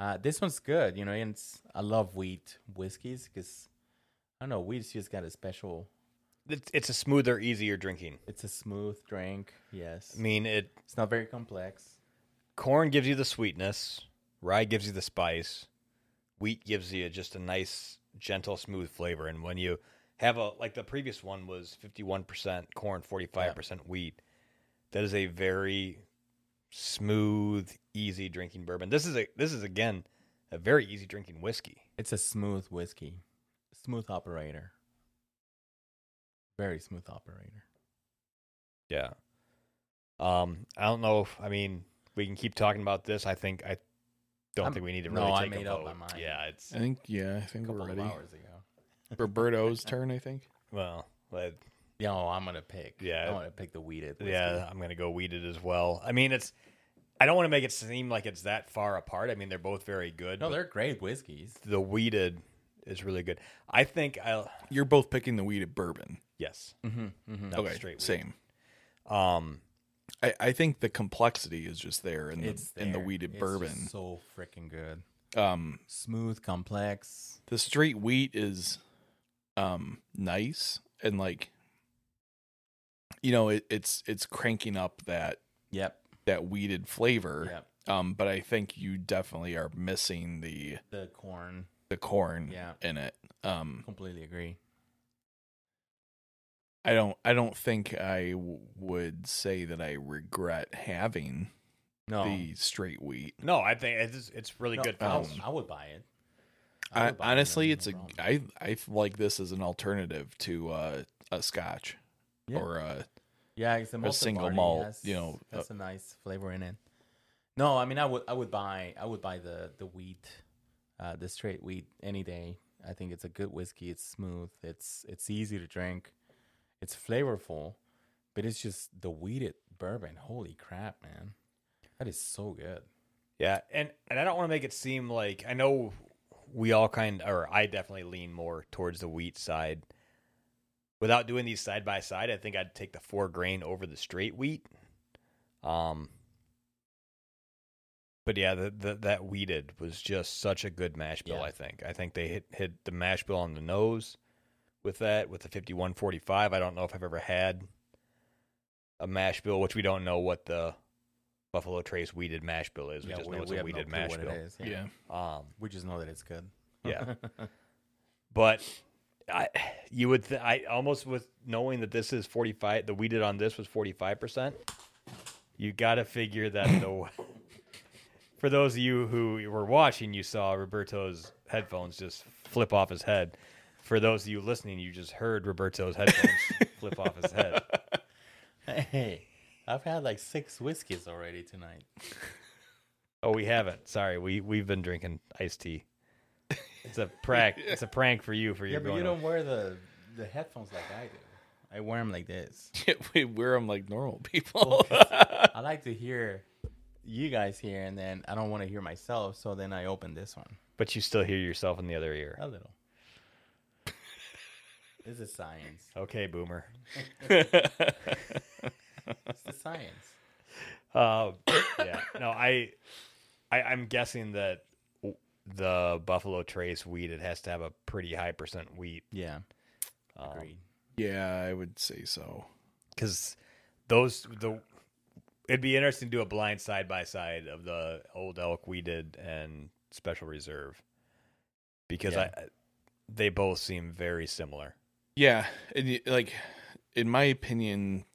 S2: Uh, this one's good, you know, and it's, I love wheat whiskeys because I don't know wheat's just got a special.
S1: It's, it's a smoother, easier drinking.
S2: It's a smooth drink. Yes,
S1: I mean, it
S2: it's not very complex.
S1: corn gives you the sweetness, rye gives you the spice, wheat gives you just a nice, gentle, smooth flavor. And when you have a like the previous one was fifty one percent corn, forty five percent wheat. That is a very smooth, easy drinking bourbon. This is a this is again a very easy drinking whiskey.
S2: It's a smooth whiskey. Smooth operator. Very smooth operator.
S1: Yeah. Um, I don't know if I mean we can keep talking about this. I think I don't
S2: I'm-
S1: think we need to
S2: no,
S1: really
S2: I
S1: take
S2: made
S1: a
S2: up
S1: vote.
S2: my mind.
S1: Yeah, it's
S3: I think yeah, I
S2: A
S3: think
S2: couple
S3: we're
S2: of
S3: ready.
S2: hours ago. *laughs*
S3: Roberto's turn, I think.
S1: well, but,
S2: Yeah, oh, I'm gonna pick.
S1: Yeah.
S2: I'm gonna pick the weeded. Whiskey.
S1: yeah, I'm gonna go weeded as well. I mean, it's I don't want to make it seem like it's that far apart. I mean, they're both very good.
S2: No,
S1: but
S2: they're great whiskeys.
S1: the weeded is really good. I think I'll
S3: You're both picking the weed at bourbon.
S1: yes,
S2: Mm-hmm, mm-hmm.
S1: that was
S3: okay,
S1: straight weed.
S3: same.
S1: Um,
S3: I, I think the complexity is just there in the
S2: It's
S3: in the
S2: there.
S3: weeded
S2: It's just
S3: bourbon.
S2: So freaking good.
S3: um,
S2: Smooth, complex.
S3: the straight wheat is um nice and like you know it, it's it's cranking up that
S2: Yep.
S3: that weeded flavor.
S2: Yep.
S3: Um, but I think you definitely are missing the
S2: The corn.
S3: the corn
S2: Yeah.
S3: in it. Um,
S2: Completely agree.
S3: I don't I don't think I w- would say that I regret having
S2: No.
S3: the straight wheat.
S1: no, I think it's it's really
S2: no,
S1: good for
S2: I,
S1: us.
S2: would- I would buy it. I
S3: I,
S2: would buy it,
S3: honestly,
S2: no
S3: it's a
S2: problem.
S3: I I like this as an alternative to uh, a Scotch
S2: Yeah.
S3: or uh, a
S2: Yeah, it's a, malt
S3: single
S2: barley
S3: malt,
S2: has-
S3: you know, uh,
S2: That's a nice flavor in it. No, I mean, I would, I would buy, I would buy the the wheat, uh, the straight wheat any day. I think it's a good whiskey. It's smooth. It's it's easy to drink. It's flavorful, but it's just the wheated bourbon. Holy crap, man, that is so good.
S1: Yeah, and and I don't want to make it seem like I know we all kind or I definitely lean more towards the wheat side. Without doing these side by side, I think I'd take the four grain over the straight wheat. Um but yeah, the, the, that weeded was just such a good mash bill.
S2: Yeah.
S1: I think. I think they hit hit the mash bill on the nose with that with the fifty one forty five. I don't know if I've ever had a mash bill, which we don't know what the Buffalo Trace weeded mash bill is. We just know it's a
S2: have no
S1: weeded
S2: clue
S1: mash
S2: what it
S1: bill.
S2: is,
S3: yeah.
S2: *laughs*
S1: Um,
S2: we just know that it's good.
S1: Yeah. but I, you would, th- I almost with knowing that this is forty five, the weeded on this was forty five percent. You got to figure that the. *laughs* For those of you who were watching, you saw Roberto's headphones just flip off his head. For those of you listening, you just heard Roberto's headphones
S2: *laughs*
S1: flip off his head.
S2: hey, I've had like six whiskeys already tonight.
S1: Oh, we haven't. Sorry, we we've been drinking iced tea. It's a
S2: *laughs*
S1: prank. It's a prank for you. For
S2: Yeah,
S1: your
S2: but you
S1: going
S2: don't wear the the headphones like I do. I wear them
S1: *laughs*
S2: like this.
S3: *laughs* we wear them like normal people.
S2: I like to hear you guys here, and then I don't want to hear myself, so then I open this one
S1: but you still hear yourself in the other ear.
S2: a little. this is science.
S1: Okay, boomer.
S2: It's the science. *coughs*
S1: Uh, yeah. No, I, I, I'm guessing that w- the Buffalo Trace wheat it has to have a pretty high percent wheat um,
S2: Yeah, agreed.
S3: yeah, I would say so.
S1: because those the it'd be interesting to do a blind side by side of the old elk we did and special reserve because
S2: Yeah.
S1: I they both seem very similar.
S3: Yeah, and y- like in my opinion,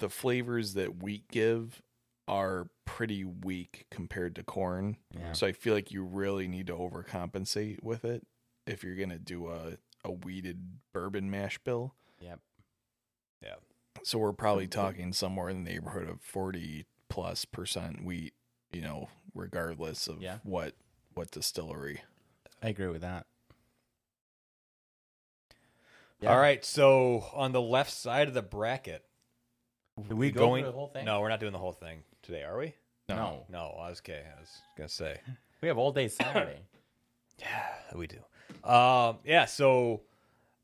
S3: the flavors that wheat give are pretty weak compared to corn.
S2: Yeah.
S3: So I feel like you really need to overcompensate with it if you're gonna do a a weeded bourbon mash bill.
S2: Yep.
S1: Yeah.
S3: So we're probably
S2: Mm-hmm.
S3: talking somewhere in the neighborhood of forty plus percent wheat. You know, regardless of
S2: Yeah.
S3: what what distillery.
S2: I agree with that.
S1: All right. So on the left side of the bracket.
S2: Do we go
S1: going-
S2: through the whole thing?
S1: No, we're not doing the whole thing today, are we?
S2: no,
S1: No, I was okay. I was gonna say. *laughs*
S2: We have all day
S1: *coughs*
S2: Saturday.
S1: Yeah, we do. Um, yeah, so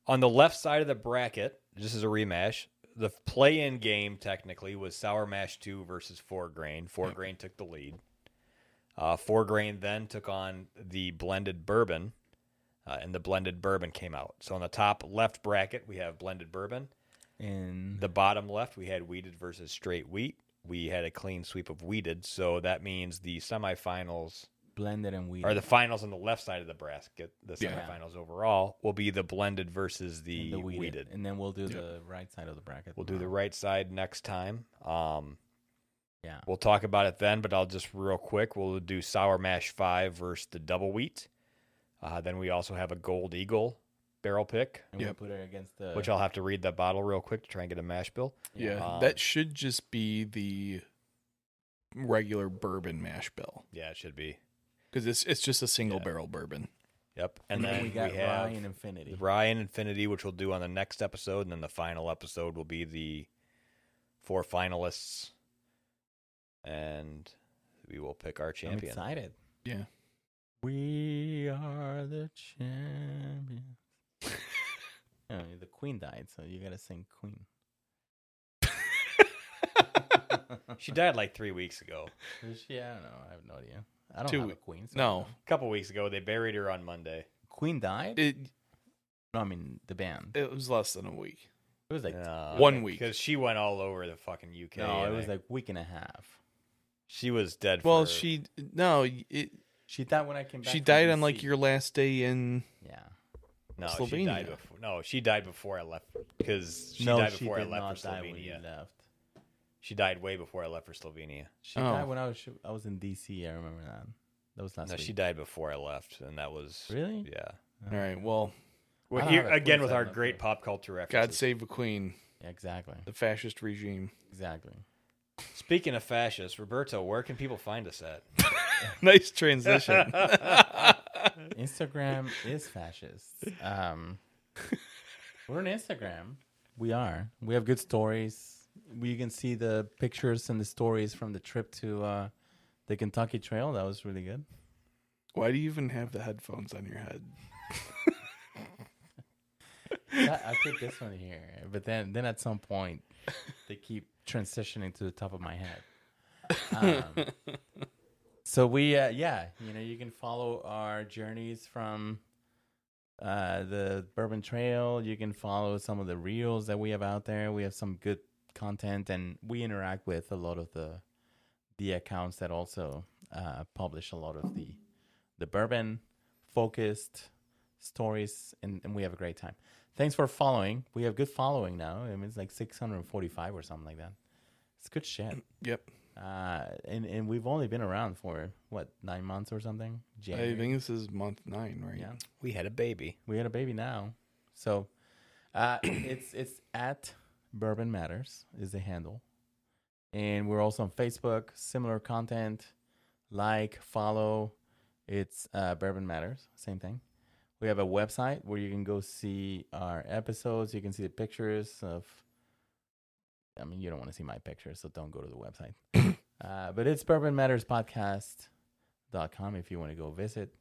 S1: on the left side of the bracket, this is a rematch. The play in game technically was Sour Mash 2 versus Four Grain. Four Grain took the lead. Uh, Four Grain then took on the blended bourbon, uh, and the blended bourbon came out. So on the top left bracket, we have blended bourbon.
S2: and
S1: The bottom left, we had weeded versus straight wheat. We had a clean sweep of weeded, so that means the semifinals
S2: blended and wheat.
S1: or the finals on the left side of the bracket, the
S3: Yeah.
S1: semifinals overall, will be the blended versus the,
S2: and the
S1: weeded.
S2: wheated. And then we'll do
S3: Yep.
S2: the right side of the bracket.
S1: We'll do the
S2: tomorrow.
S1: right side next time. Um,
S2: Yeah.
S1: we'll talk about it then, but I'll just real quick. We'll do sour mash five versus the double wheat. Uh, then we also have a gold eagle barrel pick,
S2: And
S3: Yep.
S2: we'll put it against the
S1: which I'll have to read that bottle real quick to try and get a mash bill.
S3: Yeah,
S1: Um,
S3: that should just be the regular bourbon mash bill
S1: Yeah, it should be.
S3: because it's it's just a single
S1: Yeah.
S3: barrel bourbon.
S1: Yep. And, then,
S2: we got
S1: have
S2: Ryan Infinity.
S1: Ryan Infinity, which we'll do on the next episode, and then the final episode will be the four finalists, and we will pick our
S2: I'm
S1: champion.
S2: excited.
S3: Yeah.
S2: We are the champions. *laughs* oh, the queen died, so you gotta sing queen. *laughs*
S1: She died like three weeks ago.
S2: Is she? I don't know. I have no idea. I don't
S3: Two
S2: have a
S3: we-
S2: queen. so I don't
S3: No,
S2: know.
S1: A couple weeks ago, they buried her on Monday.
S2: Queen died?
S3: it
S2: no, I mean the band.
S3: it was less than a week.
S2: It was like
S1: No,
S3: One week.
S1: because she went all over the fucking UK.
S2: no, it
S1: and
S2: was
S1: I-
S2: like week and a half.
S1: she was dead.
S3: Well,
S1: for,
S3: she no, it,
S2: She died when I came back.
S3: she
S2: from
S3: died on
S2: DC.
S3: like your last day in.
S2: yeah.
S1: no, she died
S3: Slovenia.
S1: before. No, she died before I left because she
S2: no,
S1: died
S2: she
S1: before I
S2: did
S1: left
S2: not
S1: for
S2: die when you
S1: Slovenia.
S2: left.
S1: She died way before I left for Slovenia.
S2: She
S3: Oh.
S2: died when I was I was in DC. I remember that. That was last
S1: no,
S2: week.
S1: she died before I left, and that was
S2: really?
S1: yeah.
S3: All right, well,
S1: Well,
S2: don't
S1: here
S2: have a
S1: again
S2: clue
S1: with
S2: if I
S1: our
S2: love
S1: great
S2: her.
S1: pop culture references.
S3: God save the queen,
S2: Yeah, exactly.
S3: the fascist regime. *laughs*
S2: Exactly.
S1: Speaking of fascists, Roberto, where can people find us at? *laughs*
S3: nice transition.
S2: Instagram is fascist. Um, we're on Instagram. We are. We have good stories. We can see the pictures and the stories from the trip to uh, the Kentucky Trail. That was really good.
S3: Why do you even have the headphones on your head?
S2: I, I put this one here, but then then at some point they keep transitioning to the top of my head. Um, so we uh, yeah, you know, you can follow our journeys from uh, the Bourbon Trail. You can follow some of the reels that we have out there. We have some good content, and we interact with a lot of the the accounts that also uh, publish a lot of the the bourbon focused stories, and, and we have a great time. Thanks for following. We have good following now. I mean, it's like 645 or something like that. It's good shit.
S3: Yep,
S2: Uh, and, and we've only been around for what nine months or something.
S3: I think this is month nine, right?
S2: Yeah.
S1: We had a baby.
S2: We had a baby now, so uh, *clears throat* it's it's at Bourbon Matters is the handle, and we're also on Facebook. Similar content, like follow. It's uh, Bourbon Matters, same thing. We have a website where you can go see our episodes. You can see the pictures of. I mean, you don't want to see my pictures, so don't go to the website. *coughs* uh, but it's Bourbon Matters Podcast dot com if you want to go visit.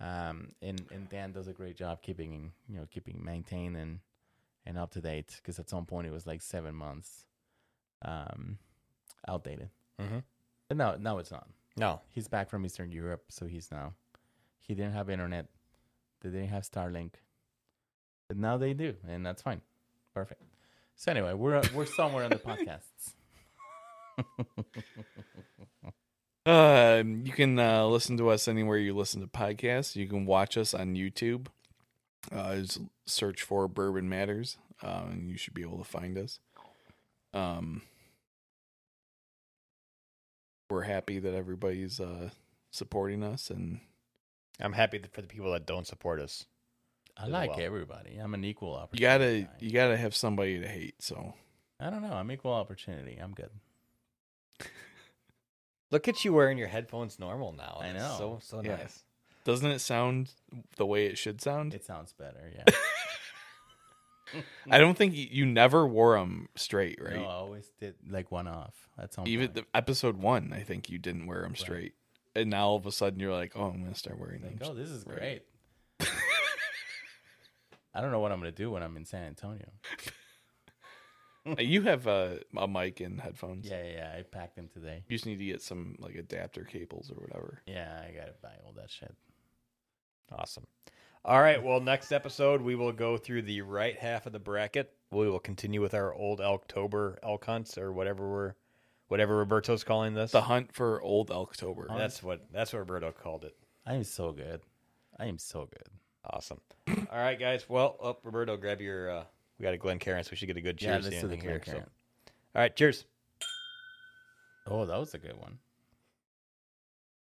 S2: Um, and and Dan does a great job keeping you know keeping maintained and and up to date because at some point it was like seven months, um, outdated.
S1: Mm-hmm.
S2: But no, no, it's not.
S1: No,
S2: He's back from Eastern Europe, so he's now. He didn't have internet. They didn't have Starlink, but now they do, and that's fine. Perfect. So anyway, we're we're somewhere on the
S3: *laughs*
S2: podcasts.
S3: Um, you can uh, listen to us anywhere you listen to podcasts. You can watch us on YouTube. Uh, just search for Bourbon Matters, uh, and you should be able to find us. Um, we're happy that everybody's uh, supporting us and
S1: I'm happy th- for the people that don't support us.
S2: I
S1: as
S2: like
S1: well.
S2: everybody. I'm an equal
S3: you
S2: opportunity.
S3: gotta
S2: guy.
S3: you gotta have somebody to hate. So
S2: I don't know. I'm equal opportunity. I'm good.
S1: Look at you wearing your headphones normal now.
S2: I
S1: That's So
S2: know.
S1: so
S3: Yeah.
S1: nice.
S3: doesn't it sound the way it should sound?
S2: It sounds better. Yeah.
S3: I don't think y- you never wore them straight, right?
S2: No, I always did like one off. That's some
S3: Even
S2: point.
S3: the episode one, I think you didn't wear them straight, and now all of a sudden you're like, oh, I'm gonna start wearing them.
S2: Like, oh, this is
S3: Right. *laughs*
S2: great. I don't know what I'm gonna do when I'm in San Antonio.
S3: Uh, You have a, a mic and headphones.
S2: Yeah, yeah, yeah. I packed them today.
S3: You just need to get some like adapter cables or whatever.
S2: Yeah, I gotta buy all that shit.
S1: Awesome. All right. Well, next episode we will go through the right half of the bracket. We will continue with our old Elktober elk hunts or whatever we're, whatever Roberto's calling this.
S3: The hunt for old Elktober.
S1: That's what that's what Roberto called it.
S2: I am so good. I am so good.
S1: Awesome. All right, guys. Well, oh, Roberto, grab your. Uh, we got a Glen Cairns. We should get a good
S2: yeah,
S1: cheers.
S2: let's
S1: to
S2: do the
S1: anything here,
S2: Glen
S1: so-
S2: Cairn.
S1: All right. Cheers.
S2: Oh, that was a good one.